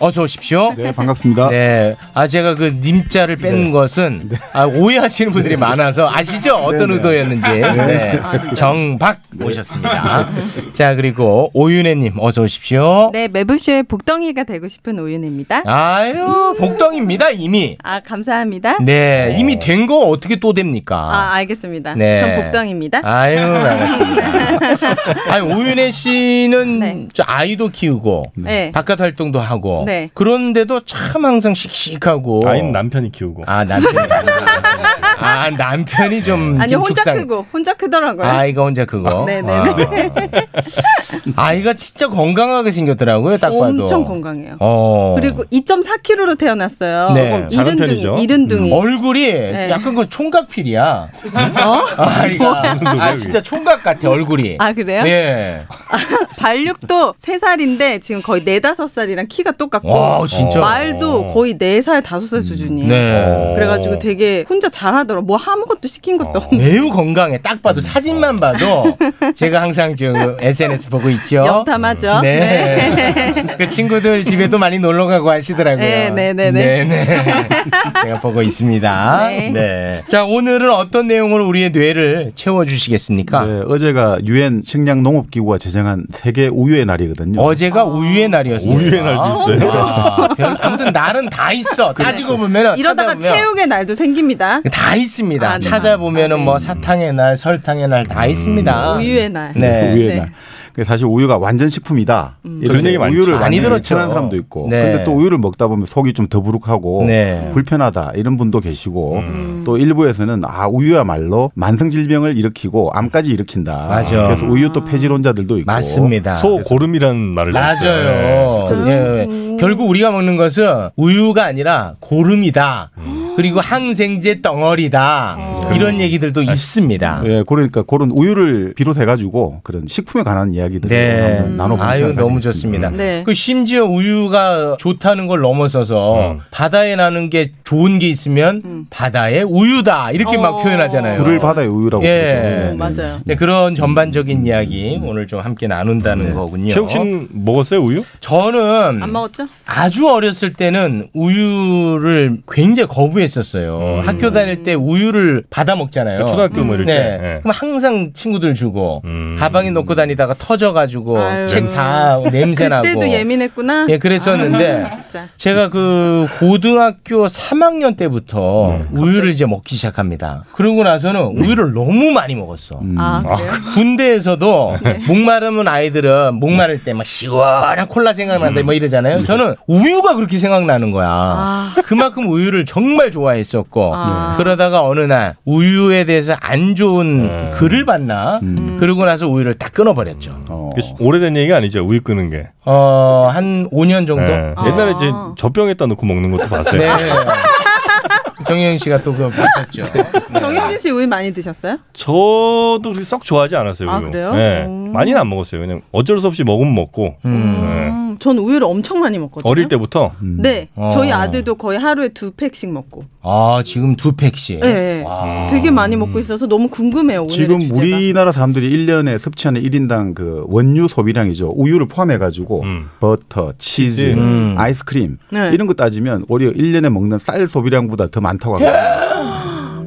어서 오십시오. 네, 반갑습니다. 네. 네, 아 제가 그 님자를 뺀 것은 아, 오해하시는 분들이 많아서 아시죠 어떤 네. 의도였는지 네. 네. 정박 오셨습니다. 자 그리고 오윤혜님 어서 오십시오. 네, 매부쇼의 복덩이가 되고 싶은 오윤입니다. 아유 복덩입니다 이미. 아, 감사합니다. 어. 네 이미 된 거 어떻게 또 됩니까? 아, 알겠습니다. 네. 전 복덩입니다. 아유 네. 알겠습니다. 아니 오윤혜 씨는 저 아이도 키우고 네. 바깥 활동도 하고 네. 그런데도 참 항상 씩씩하고 아이는 남편이 키우고 아 남편이 아 남편이 좀 아니, 지금 혼자 속상- 크고, 혼자 크더라고요. 아이가 혼자 그거 네, 네, 네. 아. 이가 진짜 건강하게 생겼더라고요 딱 봐도 엄청 건강해요. 어. 그리고 2.4kg로 태어났어요. 네. 이른 등이, 이른 등이. 음. 얼굴이 네. 약간 그 총각필이야. 어? 아이가 아 진짜 총각 같아 얼굴이. 아, 그래요? 예. 발육도 3살인데 지금 거의 4, 5살이랑 키가 똑같고 와, 진짜? 어. 음. 말도 거의 4살, 5살 수준이에요. 네. 그래가지고 되게 혼자 잘하더라. 뭐 아무것도 시킨 어. 것도 없는 매우 건강해. 딱 음. 봐도 사진만 봐도 제가 항상 지금 SNS 보고 있죠. 염탐하죠. 네. 그 친구들 집에도 많이 놀러 가고 하시더라고요. 네, 네, 네, 네. 네네. 제가 보고 있습니다. 네. 네. 자, 오늘은 어떤 내용으로 우리의 뇌를 채워 주시겠습니까? 네, 어제가 유엔 식량 농업 기구가 제정한 세계 우유의 날이거든요. 어제가 우유의 날이었어요. 우유의 날 질서예요. 와, 별- 아무튼 날은 다 있어. 따지고 보면 그렇죠. 이러다가 체육의 날도 생깁니다. 다 있습니다. 아, 네. 음. 찾아보면은 뭐 사탕의 날, 설탕의 날 다 있습니다. 우유의 날. 네. 우유의 네. 날. 그래서 사실 우유가 완전 식품이다. 이렇게 그런 얘기 많죠. 우유를 많이 많이 들었죠. 들었는 사람도 있고. 네. 근데 또 우유를 먹다 보면 속이 좀 더부룩하고 네. 음. 불편하다 이런 분도 음. 계시고 또 일부에서는 아 우유야말로 만성 질병을 일으키고 암까지 일으킨다. 맞아. 그래서 우유 또 폐질환자들도 있고. 맞습니다. 소고름이라는 네. 말을 아, 맞아요. 네. 예, 예. 결국 우리가 먹는 것은 우유가 아니라 고름이다. 그리고 항생제 덩어리다. 이런 얘기들도 있습니다. 예, 음. 그러니까 그런 우유를 비롯해가지고 뭐 그런 식품에 관한 이야기들을 네. 한번 나눠보는 아유 시간 너무 좋습니다. 그 심지어 우유가 좋다는 걸 넘어서서 음. 바다에 나는 게 좋은 게 있으면 바다에 우유다 이렇게 막 표현하잖아요. 굴을 바다의 우유라고 예. 어, 부르죠. 네, 네. 네, 그런 전반적인 이야기 오늘 좀 함께 나눈다는 네. 거군요. 최욱 씨는 먹었어요 우유? 저는 안 먹었죠? 아주 어렸을 때는 우유를 굉장히 거부했었어요. 학교 다닐 때 우유를 받아 음. 먹잖아요. 네. 초등학교 뭐 이럴 때. 예. 음. 그럼 항상 친구들 주고 가방에 넣고 다니다가 터져가지고 아유. 책 다 냄새 나고. 그때도 예민했구나. 예, 그랬었는데 아, 진짜. 제가 그 고등학교 3학년 때부터 음. 우유를 이제 먹기 시작합니다. 그러고 나서는 우유를 너무 많이 먹었어. 아, 그래요? 군대에서도 목마르면 아이들은 목마를 때 막 시원한 콜라 생각난다 뭐 이러잖아요. 저는 우유가 그렇게 생각나는 거야. 그만큼 우유를 정말 아. 좋아했었고 아. 그러다가 어느 날 우유에 대해서 안 좋은 글을 봤나 그러고 나서 우유를 딱 음. 끊어버렸죠. 그 오래된 얘기가 아니죠 우유 끄는 게. 어, 한 5년 정도? 예. 옛날에 이제 젖병에다 넣고 먹는 것도 봤어요. 네. 정영 씨가 또 그거 보셨죠. 아. 정영진 씨 우유 많이 드셨어요? 저도 그렇게 썩 좋아하지 않았어요. 아, 우유. 그래요? 예. 많이는 안 먹었어요. 그냥 어쩔 수 없이 먹으면 먹고. 예. 음, 전 우유를 엄청 많이 먹거든요. 어릴 때부터 네, 어. 저희 아들도 거의 하루에 두 팩씩 먹고. 아, 지금 두 팩씩. 예. 네, 되게 많이 먹고 있어서 너무 궁금해요. 오늘 지금 주제가. 네. 우리나라 사람들이 1년에 섭취하는 1인당 그 원유 소비량이죠. 우유를 포함해 뭐. 가지고 음. 버터, 치즈, 음. 아이스크림 네. 이런 거 따지면 오히려 1년에 먹는 쌀 소비량보다 더 많다고 합니다.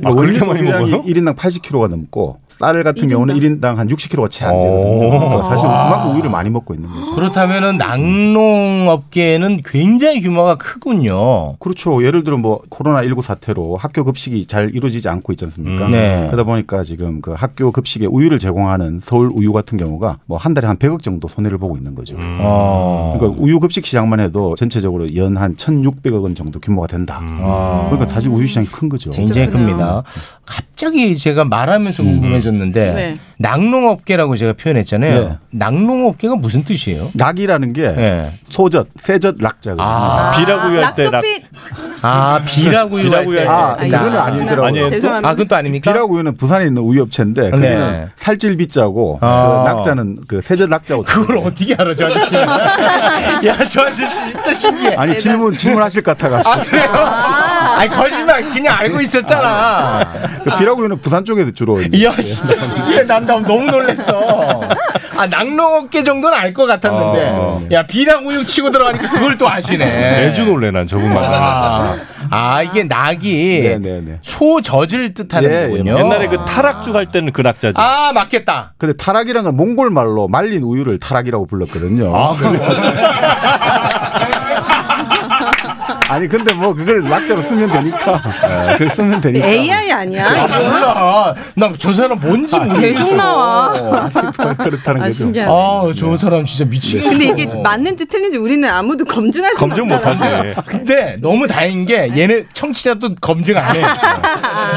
아, 그렇게 많이 소비량이 먹어요? 1인당 80kg가 넘고 쌀 같은 경우는 1인당 한 60kg가 채 안 되거든요. 그러니까 사실 그만큼 우유를 많이 먹고 있는 거죠. 그렇다면은 낙농업계는 굉장히 규모가 크군요. 그렇죠. 예를 들어 뭐 코로나19 사태로 학교 급식이 잘 이루어지지 않고 있지 않습니까? 음. 네. 그러다 보니까 지금 그 학교 급식에 우유를 제공하는 서울 우유 같은 경우가 뭐 한 달에 한 100억 정도 손해를 보고 있는 거죠. 아. 그러니까 우유 급식 시장만 해도 전체적으로 연 한 1,600억 원 정도 규모가 된다. 아. 그러니까 사실 우유 시장이 큰 거죠. 굉장히 큽니다. 갑자기 제가 말하면서 궁금해졌는데 네. 낙농업계라고 제가 표현했잖아요. 네. 낙농업계가 무슨 뜻이에요? 낙이라는 네. 게 소젖, 새젖, 락자거든요. 아. 비라구이 할때 락. 락토핏. 아 비라고 유할 때. 아, 그거는 낙. 아니더라고요. 네. 아 그건 또 아닙니까? 비라고 우유는 부산에 있는 우유 업체인데 거기는 네. 살찔비자고 아. 그 낙자는 그 새젖 낙자고. 그걸 어떻게 알아, 저 아저씨? 야, 저 아저씨 진짜 신기해. 아니 질문 질문하실 것 같아가지고. 아 그래요? 아, 니 거짓말 그냥 알고 있었잖아. 네. 그 비라고 우유는 부산 쪽에서 주로. 이제 예. 야 진짜 신기해. 난 나- 너무 놀랬어. 아 낙농업계 정도는 알 것 아, 같았는데. 야 비랑 우유 치고 들어가니까 그걸 또 아시네. 네, 매주 놀래 난 저분만. 아, 아, 이게 낙이 소 젖을 뜻하는 네, 예, 예. 거군요. 옛날에 그 타락주 갈 때는 그 낙자죠. 아 맞겠다. 근데 타락이란 건 몽골 말로 말린 우유를 타락이라고 불렀거든요. 아, 니 근데 뭐 그걸 낙자로 쓰면 되니까. 네. 그걸 쓰면 되니까. AI 아니야? 아, 이거? 몰라. 나저 사람 아, 뭔지 모르겠어. 계속 나와. 그렇다는 아, 신기하네. 아저 사람 진짜 네. 미치겠어. 근데 이게 맞는지 틀린지 우리는 아무도 검증할 수 검증 없잖아. 못하지. 근데 너무 다행인 게 얘네 청취자도 검증 안 해.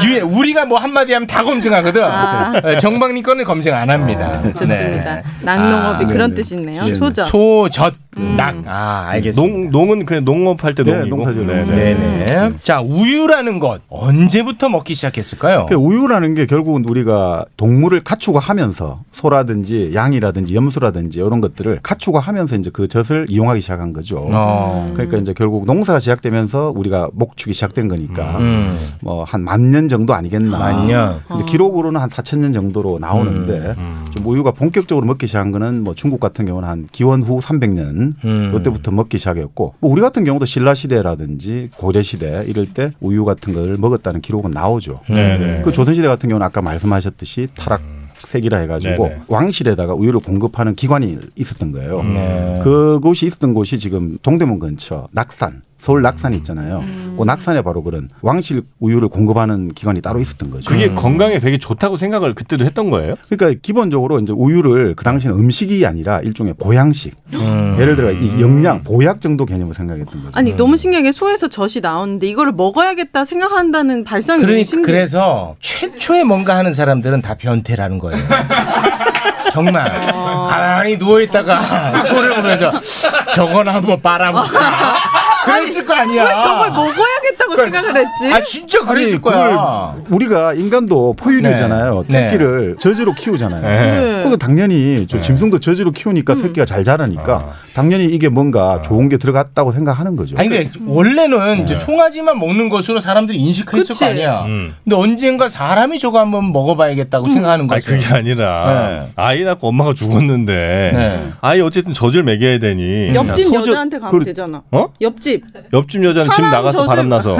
유에 우리가 뭐 한마디 하면 다 검증하거든. 아. 네, 정방님 거는 검증 안 합니다. 좋습니다. 네. 낙농업이 아, 그런 네네. 뜻이네요. 음. 네. 소젖. 소젖 낙. 아 알겠습니다. 농 농은 그냥 농업할 때 네, 농이고. 농사지을 네, 농사. 네. 음. 네네. 자 우유라는 것 언제부터 먹기 시작했을까요? 근데 우유라는 게 결국은 우리가 동물을 가축화하면서 소라든지 양이라든지 염소라든지 이런 것들을 가축화하면서 이제 그 젖을 이용하기 시작한 거죠. 아. 그러니까 이제 결국 농사가 시작되면서 우리가 목축이 시작된 거니까 음. 뭐 한 만 년 정도 아니겠나. 만 년. 근데 기록으로는 한 4천 년 정도로 음, 나오는데 좀 우유가 본격적으로 먹기 시작한 거는 뭐 중국 같은 경우는 한 기원 후 300년 음. 이때부터 먹기 시작했고 뭐 우리 같은 경우도 신라 시대라든지 고려 시대 이럴 때 우유 같은 걸 먹었다는 기록은 나오죠. 네네. 그 조선시대 같은 경우는 아까 말씀하셨듯이 타락 색이라 해가지고 음. 네네. 왕실에다가 우유를 공급하는 기관이 있었던 거예요. 네. 그곳이 있었던 곳이 지금 동대문 근처 낙산, 서울 낙산이 있잖아요. 그 낙산에 바로 그런 왕실 우유를 공급하는 기관이 따로 있었던 거죠. 그게 건강에 되게 좋다고 생각을 그때도 했던 거예요? 그러니까 기본적으로 이제 우유를 그 당시는 음식이 아니라 일종의 보양식. 음. 예를 들어 이 영양 보약 정도 개념을 생각했던 거죠. 아니 너무 신기한 게 소에서 젖이 나오는데 이거를 먹어야겠다 생각한다는 발상이 너무 그러니까 신기해. 그래서 최초에 뭔가 하는 사람들은 다 변태라는 거예요. 정말 가만히 누워 있다가 소를 보면서 저거나 한번 빨아볼까. 그랬을 거 아니야. 왜 저걸 뭐- 먹어야겠다고 생각을 했지? 아, 진짜 그랬을 거야. 예, 그걸 우리가 인간도 포유류잖아요. 네. 새끼를 저지로 키우잖아요. 네. 그러니까 당연히 네. 저 짐승도 저지로 키우니까 음. 새끼가 잘 자라니까 아. 당연히 이게 뭔가 좋은 게 들어갔다고 생각하는 거죠. 아니 근데 원래는 이제 송아지만 먹는 것으로 사람들이 인식했을 그치. 거 아니야. 근데 언젠가 사람이 저거 한번 먹어봐야겠다고 생각하는 아니 거지. 그게 아니라 네. 아이 낳고 엄마가 죽었는데 네. 아이 어쨌든 젖을 먹여야 음. 되니 옆집 소젖- 여자한테 가면 그걸- 되잖아. 어? 옆집 옆집 여자는 집 사람 나가서 젖을- 바람 나서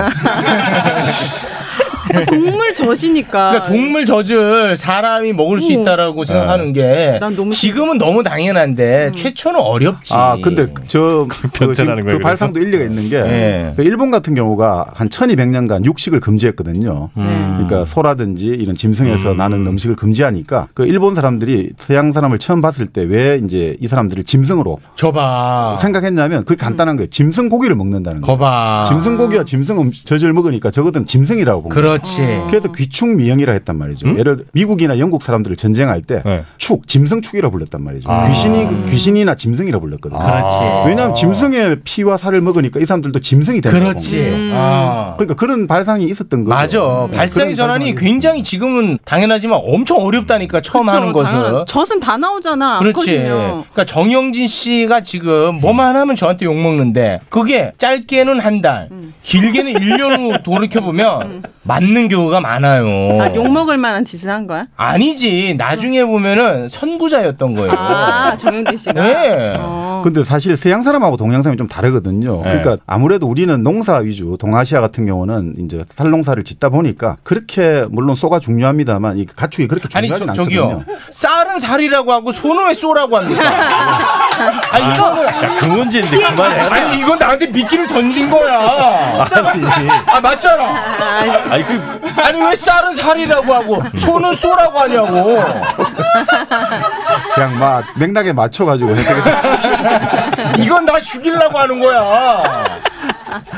그러니까 동물 젖이니까. 그러니까 동물 젖을 사람이 먹을 수 음. 있다라고 생각하는 게 지금은 너무 당연한데 최초는 어렵지. 아, 근데 저, 그, 지금 변태라는 거예요, 그 그래서? 발상도 일리가 있는 게, 예. 그 일본 같은 경우가 한 1200년간 육식을 금지했거든요. 음. 그러니까 소라든지 이런 짐승에서 나는 음식을 금지하니까, 그 일본 사람들이 서양 사람을 처음 봤을 때 왜 이제 이 사람들을 짐승으로 줘봐. 생각했냐면 그게 간단한 거예요. 짐승 고기를 먹는다는 거예요. 거봐. 짐승 고기와 짐승 음식, 젖을 먹으니까 저것들은 짐승이라고 보는 그렇지. 거예요. 아. 그래서 귀축 미형이라 했단 말이죠. 예를 들어 미국이나 영국 사람들을 전쟁할 때 네. 축, 짐승 축이라 불렀단 말이죠. 아. 귀신이 그 귀신이나 짐승이라 불렀거든요. 그렇지. 왜냐하면 짐승의 피와 살을 먹으니까 이 사람들도 짐승이 되는 거예요. 그렇지. 아. 그러니까 그런 발상이 있었던 거죠. 맞아. 네, 그런 발상의 전환이 굉장히 지금은 당연하지만 엄청 어렵다니까 처음 하는 것은. 당연하죠. 젖은 다 나오잖아. 그렇지. 않거든요. 그러니까 정영진 씨가 지금 뭐만 하면 저한테 욕 먹는데 그게 짧게는 한 달, 길게는 1년 후 돌이켜 보면 맞는 경우가 많아요. 아, 욕 먹을 만한 짓을 한 거야? 아니지. 나중에 보면은 선구자였던 거예요. 아, 정영진 씨가. 네. 근데 사실 서양 사람하고 동양 사람이 좀 다르거든요. 네. 그러니까 아무래도 우리는 농사 위주, 동아시아 같은 경우는 이제 살농사를 짓다 보니까 그렇게 물론 소가 중요합니다만 이 가축이 그렇게 아니 중요하진 저, 않거든요. 저기요 쌀은 살이라고 하고 손은 왜 쏘라고 합니까? 아 아, 이거는 야, 그 문제인데 그만해. 아니 이건 나한테 미끼를 던진 거야. 아니. 아 맞잖아. 아니 그 아니 왜 쌀은 살이라고 하고 손은 쏘라고 하냐고. 그냥 막 맥락에 맞춰가지고 이건 나 죽이려고 하는 거야.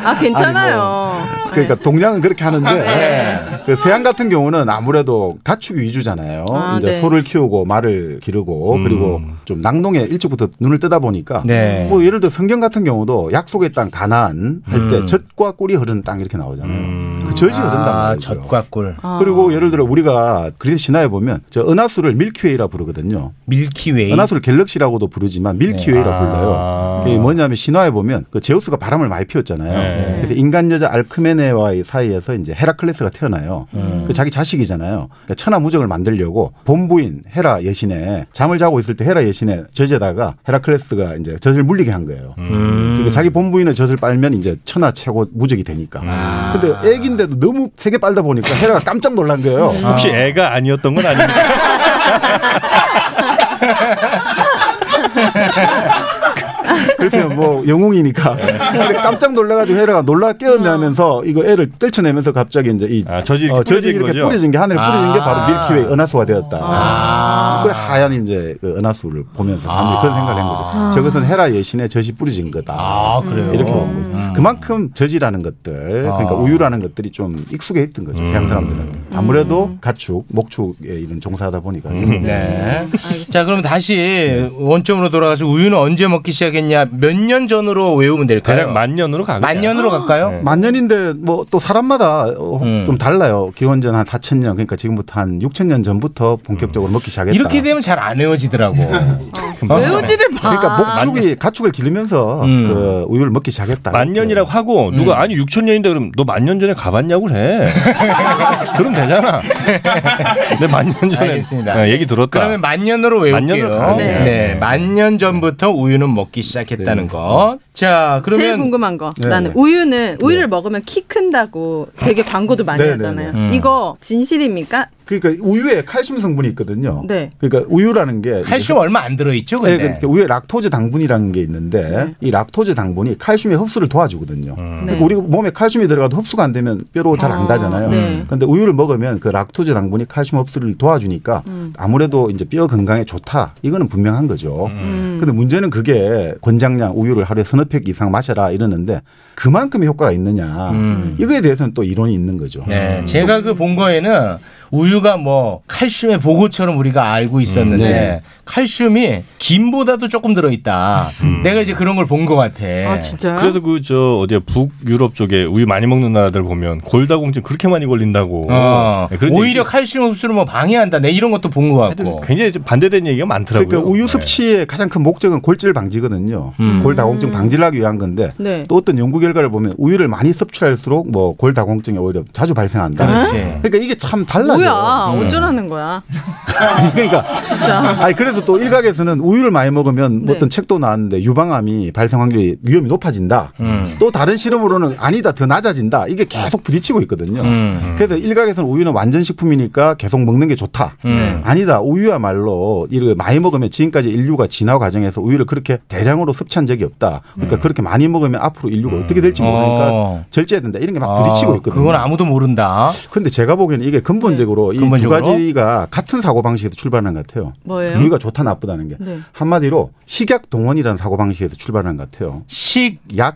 아 괜찮아요. 뭐. 그러니까 동양은 그렇게 하는데 네. 그 서양 같은 경우는 아무래도 가축이 위주잖아요. 아, 이제 네. 소를 키우고 말을 기르고 그리고 좀 낙농에 일찍부터 눈을 뜨다 보니까 음. 네. 뭐 예를 들어 성경 같은 경우도 약속의 땅 가나안 할 때 음. 젖과 꿀이 흐르는 땅 이렇게 나오잖아요. 그 젖이 흐른단 아, 말이에요. 젖과 꿀. 아. 그리고 예를 들어 우리가 그리스 신화에 보면 저 은하수를 밀키웨이라 부르거든요. 밀키웨이. 네. 은하수를 갤럭시라고도 부르지만 밀키웨이라 네. 아. 불러요. 그게 뭐냐면 신화에 보면 그 제우스가 바람을 많이 피웠잖아요. 네. 그래서 인간 여자 알크메네와의 사이에서 이제 헤라클레스가 태어나요. 음. 그 자기 자식이잖아요. 그러니까 천하무적을 만들려고 본부인 헤라 여신의 잠을 자고 있을 때 헤라 여신의 젖에다가 헤라클레스가 이제 젖을 물리게 한 거예요. 음. 그러니까 자기 본부인의 젖을 빨면 이제 천하 최고 무적이 되니까. 아. 근데 애기인데도 너무 세게 빨다 보니까 헤라가 깜짝 놀란 거예요. 네. 혹시 애가 아니었던 건 아닙니까? 그래서 뭐 영웅이니까 예. 근데 깜짝 놀라가지고 헤라가 놀라 깨어나면서 이거 애를 떨쳐내면서 갑자기 이제 이 저지 아, 이렇게 뿌려진 이렇게 거죠? 뿌려진 게 하늘에 뿌려진 게 아. 바로 밀키웨이 은하수가 되었다. 그래 하얀 이제 그 은하수를 보면서 사람들이 그런 생각을 한 거죠. 아. 저것은 헤라 예신의 젖이 뿌려진 거다. 아, 그래요? 음. 아. 이렇게 본 거죠. 그만큼 젖이라는 것들, 그러니까 우유라는 것들이 좀 익숙해 있던 거죠. 서양 음. 사람들은 아무래도 가축, 목축에 이런 종사하다 보니까. 네. 자, 그럼 다시 원점으로 돌아가서 우유는 언제 먹기 시작했냐? 몇 년 전으로 외우면 될까요? 대략 만 년으로 갈까요? 만 년으로 네. 갈까요? 만년인데 뭐 또 사람마다 어, 음. 좀 달라요. 기원전 한 4천 년 그러니까 지금부터 한 6천 년 전부터 본격적으로 먹기 시작했다. 이렇게 되면 잘 안 외워지더라고. 어? 외우지를 마. 아. 그러니까 목축이 가축을 기르면서 그 우유를 먹기 시작했다. 만년이라고 하고 음. 누가 아니 6천 년인데 그럼 너 만 년 전에 가봤냐고 그래. 그럼 되잖아. 네. 내 만 년 전에 알겠습니다. 어, 얘기 들었다. 그러면 만년으로 외울게요. 만년으로 가요. 네. 네. 만년 네. 전부터 우유는 먹기 시작했다는 거. 자, 그러면 제일 궁금한 거 네. 나는 우유는 우유를 먹으면 키 큰다고 되게 광고도 많이 네, 네, 하잖아요. 네. 음. 이거 진실입니까? 그러니까 우유에 칼슘 성분이 있거든요. 네. 그러니까 우유라는 게 칼슘 얼마 안 들어있죠, 네, 근데. 그러니까 우유에 락토즈 당분이라는 게 있는데 이 락토즈 당분이 칼슘의 흡수를 도와주거든요. 네. 그러니까 우리 몸에 칼슘이 들어가도 흡수가 안 되면 뼈로 잘 안 아, 가잖아요. 네. 그런데 우유를 먹으면 그 락토즈 당분이 칼슘 흡수를 도와주니까 음. 아무래도 이제 뼈 건강에 좋다. 이거는 분명한 거죠. 음. 근데 문제는 그게 권장량 우유를 하루에 서너 팩 이상 마셔라 이러는데 그만큼의 효과가 있느냐. 이거에 대해서는 또 이론이 있는 거죠. 음, 네, 제가 그 본 거에는 우유가 뭐 칼슘의 보고처럼 우리가 알고 있었는데 음, 네. 칼슘이 김보다도 조금 들어있다. 음. 내가 이제 그런 걸 본 것 같아. 그래서 그 저 어디야 북유럽 쪽에 우유 많이 먹는 나라들 보면 골다공증 그렇게 많이 걸린다고. 아, 어, 네, 그런 오히려 칼슘 흡수를 뭐 방해한다. 내 이런 것도 본 것 같고. 굉장히 좀 반대된 얘기가 많더라고요. 네. 그러니까 우유 네. 섭취의 가장 큰 목적은 골질 방지거든요. 음. 골다공증 방지를 하기 위한 건데 네. 또 어떤 연구 결과를 보면 우유를 많이 섭취할수록 뭐 골다공증이 오히려 자주 발생한다. 그렇지. 그러니까 이게 참 달라요. 뭐야 음. 어쩌라는 거야? 그러니까 진짜. 네. 아니 그래서 또 일각에서는 우유를 많이 먹으면 뭐 어떤 책도 나왔는데 유방암이 발생 확률이 위험이 높아진다. 음. 또 다른 실험으로는 아니다 더 낮아진다. 이게 계속 부딪히고 있거든요. 음. 그래서 일각에서는 우유는 완전 식품이니까 계속 먹는 게 좋다. 네. 음. 아니다 우유야말로 이를 많이 먹으면 지금까지 인류가 진화 과정에서 우유를 그렇게 대량으로 섭취한 적이 없다. 그러니까 그렇게 많이 먹으면 앞으로 인류가 어떻게 될지 모르니까 음. 어. 절제해야 된다. 이런 게 막 아, 부딪히고 있거든요. 그건 아무도 모른다. 근데 제가 보기에는 이게 근본적으로 네. 이 두 근본적으로? 가지가 같은 사고 방식에서 출발한 것 같아요. 뭐예요? 우리가 좋다 나쁘다는 게 네. 한마디로 식약 동원이라는 사고 방식에서 출발한 것 같아요. 식약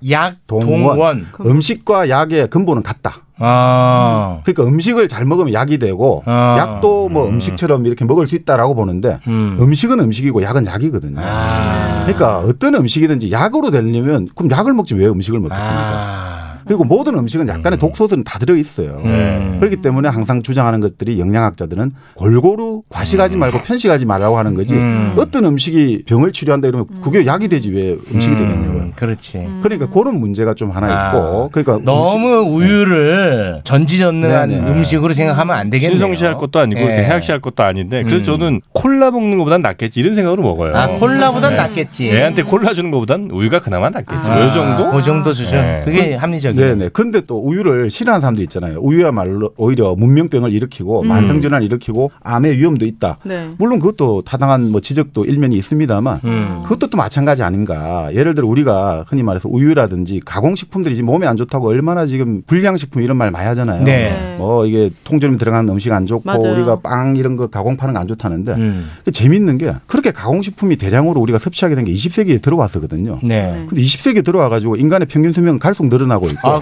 동원. 동원. 음식과 약의 근본은 같다. 아. 그러니까 음식을 잘 먹으면 약이 되고 아. 약도 뭐 음. 식처럼 이렇게 먹을 수 있다라고 보는데 음. 음. 식은 음식이고 약은 약이거든요. 아. 뭐 아. 그러니까 어떤 음식이든지 약으로 되려면 그럼 약을 먹지 왜 음식을 먹겠습니까? 그리고 모든 음식은 약간의 독소들은 다 들어 있어요. 음. 네. 그렇기 때문에 항상 주장하는 것들이 영양학자들은 골고루 과식하지 말고 편식하지 말라고 하는 거지. 음. 어떤 음식이 병을 치료한다 이러면 그게 약이 되지 왜 음식이 되겠냐고요. 그렇지. 아. 그러니까 그런 문제가 좀 하나 있고. 그러니까 너무 우유를 전지전능한 네네. 음식으로 생각하면 안 되겠네요. 신성시할 것도 아니고 이렇게 해악시할 것도 아닌데 그래서 음. 저는 콜라 먹는 것보단 낫겠지 이런 생각으로 먹어요. 아, 네. 콜라보단 낫겠지. 애한테 콜라 주는 것보단 우유가 그나마 낫겠지. 요 예. 정도? 아, 네. 그 정도 수준. 그게 합리적이에요. 네네. 근데 또 우유를 싫어하는 사람도 있잖아요. 우유야말로 오히려 문명병을 일으키고 음. 만성질환을 일으키고 암의 위험도 있다. 네. 물론 그것도 타당한 뭐 지적도 일면이 있습니다만 그것도 또 마찬가지 아닌가. 예를 들어 우리가 흔히 말해서 우유라든지 가공식품들이 지금 몸에 안 좋다고 얼마나 지금 불량식품 이런 말 많이 하잖아요. 네. 네. 뭐 이게 통조림 들어간 음식 안 좋고 맞아요. 우리가 빵 이런 거 가공파는 거 안 좋다는데 음, 그 재밌는 게 그렇게 가공식품이 대량으로 우리가 섭취하게 된 게 20세기에 들어왔었거든요. 네. 근데 20세기에 들어와가지고 인간의 평균 수명 갈수록 늘어나고 있고 아,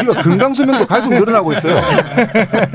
우리가 건강 수명도 갈수록 늘어나고 있어요.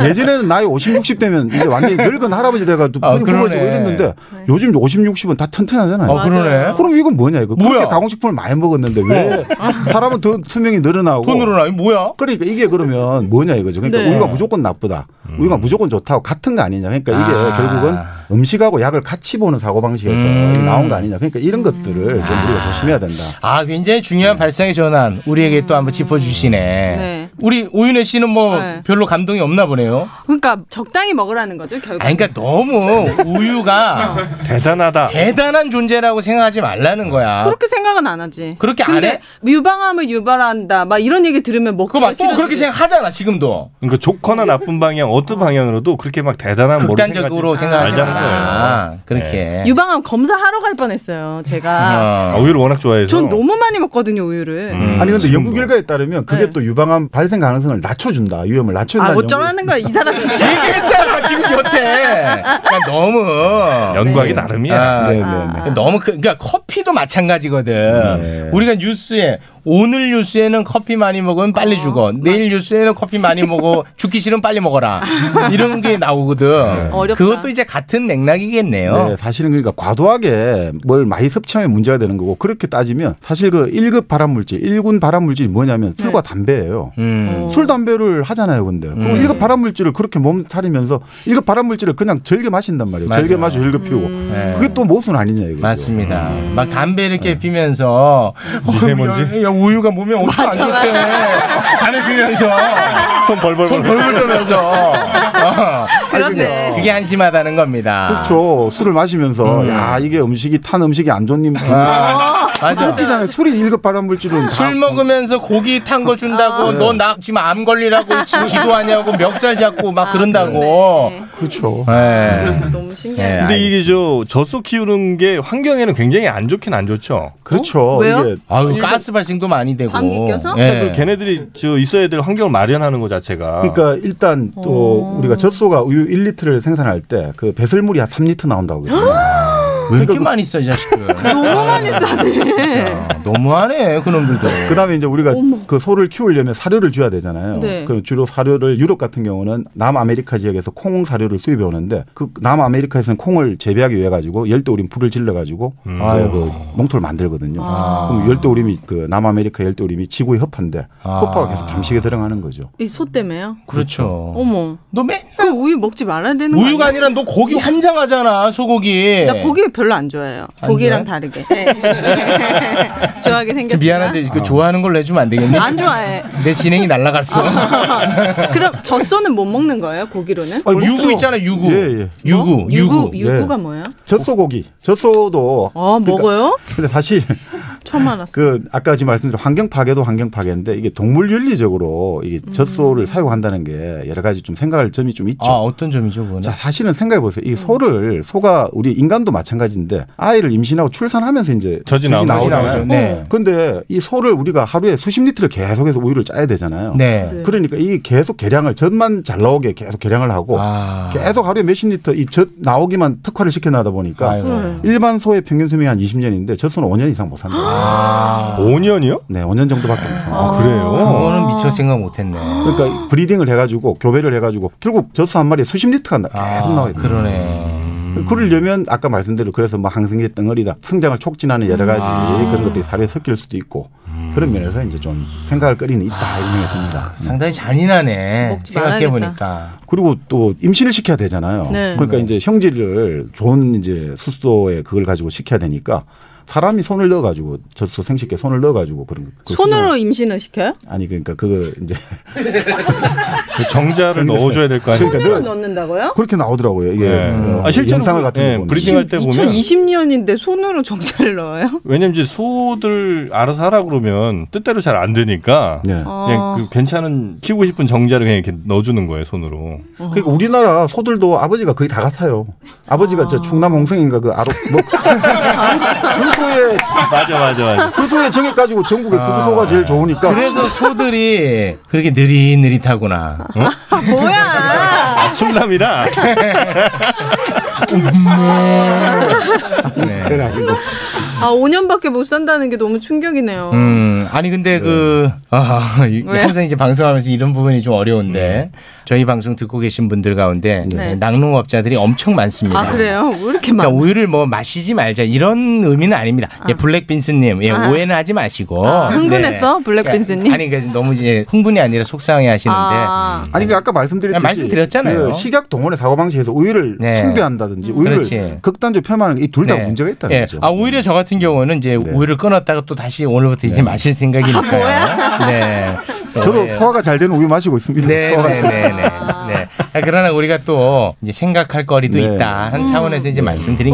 예전에는 나이 50, 60 되면 이제 완전히 늙은 할아버지 돼가지고 아, 아, 굶어지고 그러네. 이랬는데 요즘 50, 60은 다 튼튼하잖아요. 아, 그러네. 럼 이건 뭐냐 이거. 뭐야? 어. 그렇게 가공식품을 많이 먹었는데 왜 사람은 더 수명이 늘어나고 더 늘어나. 이거 뭐야? 그러니까 이게 그러면 뭐냐 이거죠. 그러니까 네. 우유가 무조건 나쁘다. 음. 우유가 무조건 좋다고 같은 거 아니냐. 그러니까 이게 아. 결국은 음식하고 약을 같이 보는 사고방식에서 음. 이게 나온 거 아니냐. 그러니까 이런 것들을 좀 우리가 조심해야 된다. 아, 네. 굉장히 중요한 발상의 전환. 우리에게 또 한번 짚어주시네. 네. 우리 오윤혜 씨는 뭐 네. 별로 감동이 없나 보네요. 그러니까 적당히 먹으라는 거죠 결국. 아, 그러니까 너무 우유가 대단하다. 대단한 존재라고 생각하지 말라는 거야. 그렇게 생각은 안 하지. 아. 그렇게 안 근데 해? 유방암을 유발한다. 막 이런 얘기 들으면 먹기 그거 막 또 그렇게 생각하잖아 지금도. 그러니까 좋거나 나쁜 방향 어떤 방향으로도 그렇게 막 대단한 뭐로 극단적으로 생각하지 생각하지 말자는 거예요. 네. 마라. 그렇게. 유방암 검사하러 갈 뻔했어요. 제가. 아, 우유를 워낙 좋아해서 음. 전 너무 많이 먹거든요 우유를. 음. 아니 근데 연구 결과에 따르면 그게 또 유방암 발생 가능성을 낮춰준다. 위험을 낮춰준다. 아 어쩌라는 거야 이 사람 진짜. 얘기했잖아 지금 곁에. 그러니까 너무 연구하기 나름이야. 아, 네, 네, 그러니까 너무 그, 그러니까 커피도 마찬가지거든. 네. 우리가 뉴스에 오늘 뉴스에는 커피 많이 먹으면 빨리 죽어. 내일 뉴스에는 커피 많이 먹어 죽기 싫으면 빨리 먹어라. 이런 게 나오거든. 어렵다. 그것도 이제 같은 맥락이겠네요. 네, 사실은 그러니까 과도하게 뭘 많이 섭취하면 문제가 되는 거고 그렇게 따지면 사실 그 1급 발암물질, 1군 발암물질이 뭐냐면 술과 담배예요. 음. 술 담배를 하잖아요, 근데. 그 음. 1급 발암물질을 그렇게 몸 사리면서 1급 발암물질을 그냥 즐겨 마신단 말이에요. 맞아요. 네. 즐겨 마시고 즐겨 피우고. 그게 또 모순 아니냐 이거. 맞습니다. 막 담배 이렇게 피면서 미세먼지 야, 우유가 몸에 엄청 안 좋대. 담배 피면서 손 벌벌 손 벌벌 떨면서 어. 그렇네. 그게 한심하다는 겁니다. 그렇죠. 술을 마시면서 아. 음. 야 이게 음식이 탄 음식이 안 좋니? 아, 맞아. 웃기잖아요. 네. 술이 1급 발암물질은 다 술 먹으면서 고기 탄 거 준다고 아. 너 나 지금 암 걸리라고 지금 기도하냐고 멱살 잡고 막 그런다고. 네. 그렇죠. 네, 너무 신기하다. 근데 이게 저 젖소 키우는 게 환경에는 굉장히 안 좋긴 안 좋죠. 그렇죠. 아유, 가스 발생도 많이 되고. 그러니까 그 걔네들이 저 있어야 될 환경을 마련하는 것 자체가. 그러니까 일단 또 우리가 젖소가 우유 1리터를 생산할 때 그 배설물이 한 3리터 나온다고 그래요. 왜 이렇게 많이 써, 이 자식들? 어, 너무 많이 싸네. 너무하네, 그놈들도. 그다음에 이제 우리가 그 소를 키우려면 사료를 줘야 되잖아요. 네. 그럼 주로 사료를 유럽 같은 경우는 남아메리카 지역에서 콩 사료를 수입해 오는데 그 남아메리카에서는 콩을 재배하기 위해 가지고 열대우림 불을 질러 가지고 음. 아이고. 그 농토를 만들거든요. 아. 그럼 열대우림이 그 남아메리카 열대우림이 지구의 허파인데 아. 허파가 계속 잠식에 들어가는 거죠. 이소 때문에요. 그렇죠. 어머. 너 맨날 그 우유 먹지 말아야 되는 거 우유가 아니라 너 고기 한장하잖아, 소고기. 나 고기 별로 안 좋아해요. 안 고기랑 다르게. 네. 좋아하게 좀 생겼. 미안한데 어. 그 좋아하는 걸로 해주면 안 되겠니? 안 좋아해. 아, 내 진행이 날라갔어. 그럼 젖소는 못 먹는 거예요? 고기로는? 어, 어, 유구 있잖아, 유구. 네. 유구, 어? 유구 유구가 뭐예요? 예, 젖소고기. 젖소도 아 먹어요? 근데 사실 처음 알았어. 그 아까 지금 말씀드린 환경 파괴도 환경 파괴인데 이게 동물 윤리적으로 이게 음. 젖소를 사용한다는 게 여러 가지 좀 생각할 점이 좀 있죠. 아, 어떤 점이죠, 네. 그거는? 자, 사실은 생각해 보세요. 이 소를 소가 우리 인간도 마찬가지인데 아이를 임신하고 출산하면서 이제 젖이 나오죠. 나오죠. 네. 어, 근데 이 소를 우리가 하루에 수십 리터를 계속해서 우유를 짜야 되잖아요. 네. 네. 그러니까 이 계속 계량을 젖만 잘 나오게 계속 계량을 하고 아. 계속 하루에 몇십 리터 이 젖 나오기만 특화를 시켜놔다 보니까 아이고. 일반 소의 평균 수명이 한 20년인데 젖소는 5년 이상 못 산다. 5년이요? 네, 5년 정도밖에 못 산다. 아, 그래요? 그거는 미처 생각 못했네. 그러니까 브리딩을 해가지고 교배를 해가지고 결국 젖소 한 마리에 수십 리터가 나- 계속 나와요. 아, 음. 그러네. 그러려면 아까 말씀대로 그래서 뭐 항생제 덩어리다 성장을 촉진하는 여러 가지 아. 그런 것들이 사료에 섞일 수도 있고 그런 면에서 이제 좀 생각할 거리는 있다 아, 이런 생각이 듭니다. 네. 상당히 잔인하네. 생각해 말아야겠다. 보니까. 그리고 또 임신을 시켜야 되잖아요. 네. 그러니까 이제 형질을 좋은 이제 숫소에 그걸 가지고 시켜야 되니까 사람이 손을 넣어가지고 젖소 생식기에 손을 넣어가지고 그런 그 손으로 임신을 시켜요? 수용을- 아니 그러니까 그거 이제 그 정자를 넣어줘야 될 거 아니에요? 그러니까 손으로 넣- 넣는다고요? 그렇게 나오더라고요. 이게 네. 어, 아, 실제로 영상을 그- 같은 예, 거 보면 브리딩할 때 보면 2020년인데 손으로 정자를 넣어요? 왜냐면 이제 소들 알아서 하라 그러면 뜻대로 잘 안 되니까 네. 아. 그냥 그 괜찮은 키우고 싶은 정자를 그냥 이렇게 넣어주는 거예요 손으로. 그러니까 우리나라 소들도 아버지가 거의 다 같아요. 아버지가 저 충남 홍성인가 그 아로 뭐 그 소에 맞아 맞아 맞아. 그 소에 정해 가지고 전국에 아. 그 소가 제일 좋으니까 그래서 소들이 그렇게 느릿느릿하구나. 뭐야? 아, 충남이라. 네. 아 5년밖에 못 산다는 게 너무 충격이네요. 음, 아니 근데 그 네. 아, 이- 왜요? 항상 이제 방송하면서 이런 부분이 좀 네. 어려운데 저희 방송 듣고 계신 분들 가운데 네. 낙농업자들이 엄청 많습니다. 아 그래요? 왜 이렇게 많아? 그러니까 우유를 뭐 마시지 말자 이런 의미는 아닙니다. 예, 블랙빈스님 예, 아. 오해는 하지 마시고 네. 아, 흥분했어? 블랙빈스님? 아니 그러니까 너무 이제 흥분이 아니라 속상해하시는데 아. 아니 그 아까 말씀드렸듯이 아, 말씀드렸잖아요. 그 식약 동원의 사고 방식에서 우유를 네. 숭배한다든지 음. 우유를 그렇지. 극단적으로 폄하하는 이 둘 다 네. 문제가 있다는 예. 거죠. 네. 아 오히려 저 같은 경우는 이제 우유를 끊었다가 또 다시 오늘부터 이제 마실 아, 생각이니까요. 네. 저도 소화가 잘 되는 우유 마시고 있습니다. 소화가 잘 네네네네. 네. 아, 그러나 우리가 또 이제 생각할 거리도 네. 있다 한 차원에서 이제 말씀드린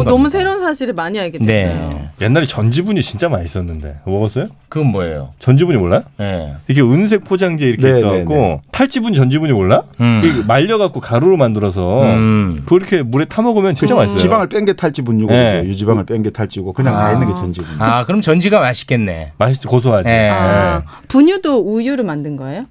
음. 어, 겁니다. 네. 너무 새로운 사실을 많이 알게 됐어요. 옛날에 전지분이 진짜 맛있었는데 먹었어요? 그건 뭐예요? 전지분이 몰라요? 네. 이게 은색 포장지에 이렇게 네, 있어갖고 네, 네. 탈지분 전지분이 몰라? 음. 이게 말려갖고 가루로 만들어서 음. 그렇게 물에 타 먹으면 진짜 그 맛있어요. 지방을 뺀 게 탈지 분유고 네. 그죠? 유지방을 뺀 게 탈지고 그냥 아. 다 있는 게 전지 분유. 아 그럼 전지가 맛있겠네. 맛있지 고소하지. 네. 아, 분유도 우유로 만든 거예요?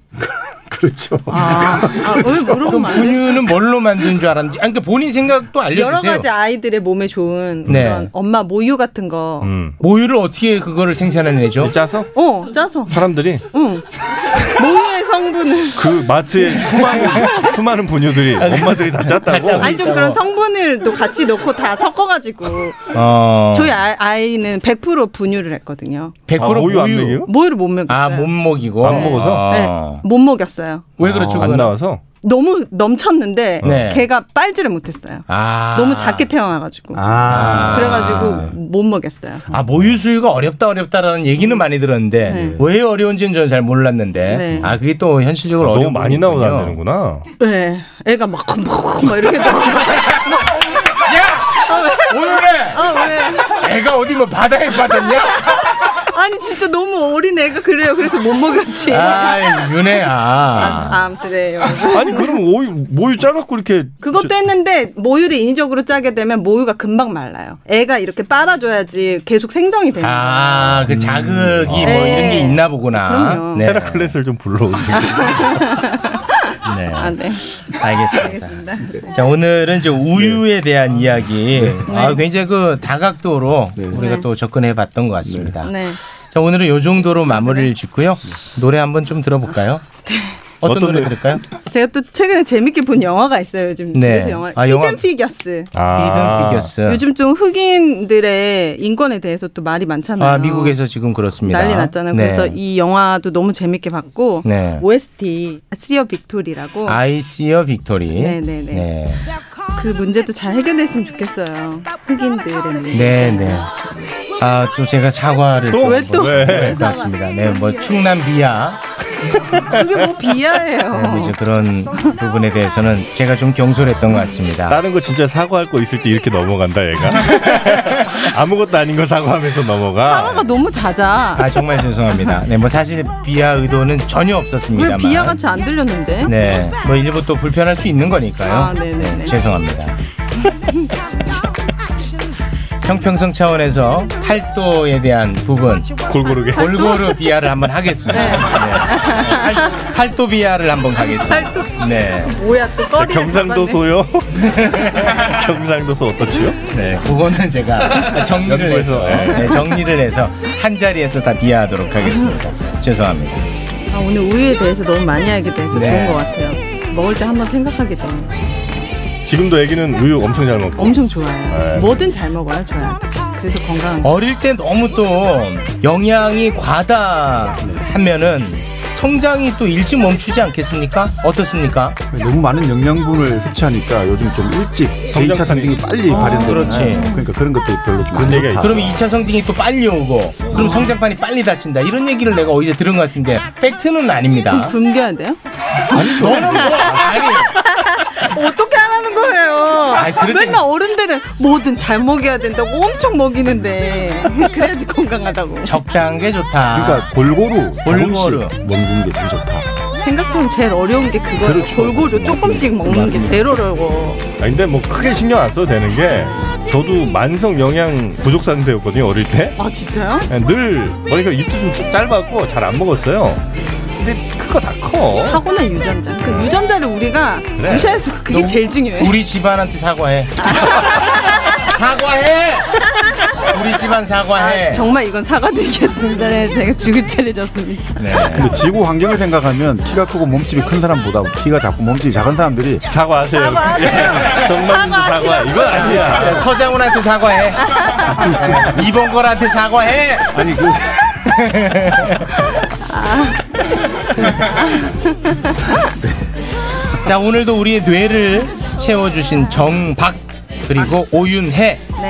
그렇죠. 아, 아, 왜 물어보면 안 돼요? 분유는 뭘로 만든 줄 알았는지. 아니, 그러니까 본인 생각도 알려주세요. 여러 가지 아이들의 몸에 좋은 네. 음. 그런 엄마 모유 같은 거. 모유를 어떻게 그거를 생산해내죠? 짜서? 어, 짜서. 사람들이 응. 모유의 성분을. 그 마트에 수많은 수많은 분유들이 아, 네. 엄마들이 다 그러니까 짰다고. 아니 좀 그런 성분을 또 같이 넣고 다 섞어가지고 뭐. 어. 저희 아, 아이는 100% 분유를 했거든요. 100% 아, 모유 안 모유? 먹여요? 모유를 못 먹였어요. 아, 못 먹이고. 안 먹어서? 네, 못 먹였어요. 왜 그렇죠? 안 그거는? 나와서? 너무 넘쳤는데 네. 걔가 빨지를 못했어요. 아. 너무 작게 태어나가지고 아. 그래가지고 못 먹였어요. 아 모유 수유가 어렵다 어렵다라는 얘기는 많이 들었는데 네. 왜 어려운지는 저는 잘 몰랐는데 네. 아 그게 또 현실적으로 너무 어려운 많이 부분이군요. 나오면 안 되는구나. 네, 애가 막, 막, 막 이렇게. 야! 오늘에! 아, 왜? 애가 어디 뭐 바다에 빠졌냐? 아니, 진짜 너무 어린 애가 그래요. 그래서 못 먹였지. 아 윤혜야. 아, 아무튼, 네, 여러분. 아니 그럼 오유 모유 짜갖고 이렇게 그것도 했는데 모유를 인위적으로 짜게 되면 모유가 금방 말라요. 애가 이렇게 빨아줘야지 계속 생성이 돼요. 아그 자극이 뭐 네. 이런 게 있나 보구나. 그럼요. 헤라클레스를 좀 불러오세요. 네. 아, 네. 알겠습니다. 네. 자 오늘은 이제 우유에 대한 이야기 아 굉장히 그 다각도로 우리가 네. 또 접근해봤던 것 같습니다. 네. 자 오늘은 요 정도로 마무리를 짓고요. 노래 한번 좀 들어볼까요? 네. 네. 어떤, 어떤 노래 노래? 들을까요? 제가 또 최근에 재밌게 본 영화가 있어요. 요즘 네. 집에서 영화. 아, 히든 영화. 피겨스. 아. 아. 히든 피겨스. 요즘 좀 흑인들의 인권에 대해서 또 말이 많잖아요. 아 미국에서 지금 그렇습니다. 난리 났잖아요. 네. 그래서 이 영화도 너무 재밌게 봤고 네. OST 시어 빅토리라고 아이시어 빅토리. 네네네. 네. 그 문제도 잘 해결됐으면 좋겠어요. 흑인들의 문제. 네, 네. 아, 또 제가 사과를 또왜 또? 네, 왜 네, 그렇습니다. 네, 뭐 충남 비하 그게 뭐 네, 뭐 비하예요. 이제 그런 부분에 대해서는 제가 좀 경솔했던 것 같습니다. 다른 거 진짜 사과할 거 있을 때 이렇게 넘어간다 얘가. 아무것도 아닌 거 사과하면서 넘어가. 사과가 너무 잦아. 아, 정말 죄송합니다. 네, 뭐 사실 비하 의도는 전혀 왜 없었습니다만. 비하같이 안 들렸는데? 네, 뭐 일부 또 불편할 수 있는 거니까요. 아, 네네네. 네, 죄송합니다. 형평성 차원에서 팔도에 대한 부분 골고루게 골고루 비하를 한번 하겠습니다. 네. 팔, 팔도 비하를 한번 가겠습니다. 네. 뭐야 또 자, 꺼리. 경상도소요. 경상도소 어떻지요? 네, 그거는 제가 정리를 해서 연구해서. 네, 정리를 해서 한 자리에서 다 비하하도록 하겠습니다. 죄송합니다. 아, 오늘 우유에 대해서 너무 많이 알게 돼서 네. 좋은 것 같아요. 먹을 때 한번 생각하게 되네요. 지금도 애기는 우유 엄청 잘 먹고. 엄청 좋아해요. 네. 뭐든 잘 먹어요, 저는. 그래서 건강. 어릴 때 너무 또 영양이 과다하면은 성장이 또 일찍 멈추지 않겠습니까? 어떻습니까? 너무 많은 영양분을 섭취하니까 요즘 좀 일찍 제2차 상징이 빨리 아, 발현되잖아요. 그렇지. 그러니까 그런 것들이 별로 좀안 그런 얘기가 좋다. 그럼 2차 성징이 또 빨리 오고 그럼 성장판이 빨리 닫힌다 이런 얘기를 내가 어디서 들은 것 같은데 팩트는 아닙니다. 굶겨야 돼요? 아니죠. 너는 뭐 어떻게 하라는 거예요? 아이, 그래도- 맨날 어른들은 뭐든 잘 먹여야 된다고 엄청 먹이는데 그래야지 건강하다고. 적당한 게 좋다. 그러니까 골고루 아. 골고루. 조금씩 먹는 게 참 좋다. 생각처럼 제일 어려운 게 그거예요. 그렇죠. 골고루 조금씩 먹는 게 맞습니다. 제일 어려워. 아, 근데 뭐 크게 신경 안 써도 되는 게 저도 만성 영양 부족 상태였거든요 어릴 때. 아 진짜요? 네. 늘 머리가 입도 좀 짧았고 잘 안 먹었어요. 근데 그거 다 커. 타고난 유전자. 그 유전자를 우리가 그래. 무시할 수 그게 너 제일 중요해. 우리 집안한테 사과해. 사과해. 우리 집안 아, 사과해. 정말 이건 사과드리겠습니다. 네, 제가 죽을 차례졌습니다. 근데 지구 환경을 생각하면 키가 크고 몸집이 큰 사람보다 키가 작고 몸집이 작은 사람들이 사과하세요. 정말 사과. 이건 자, 아니야. 서장훈한테 사과해. 네, 이봉걸한테 사과해. 아니 그 자 오늘도 우리의 뇌를 채워주신 정박 그리고 오윤혜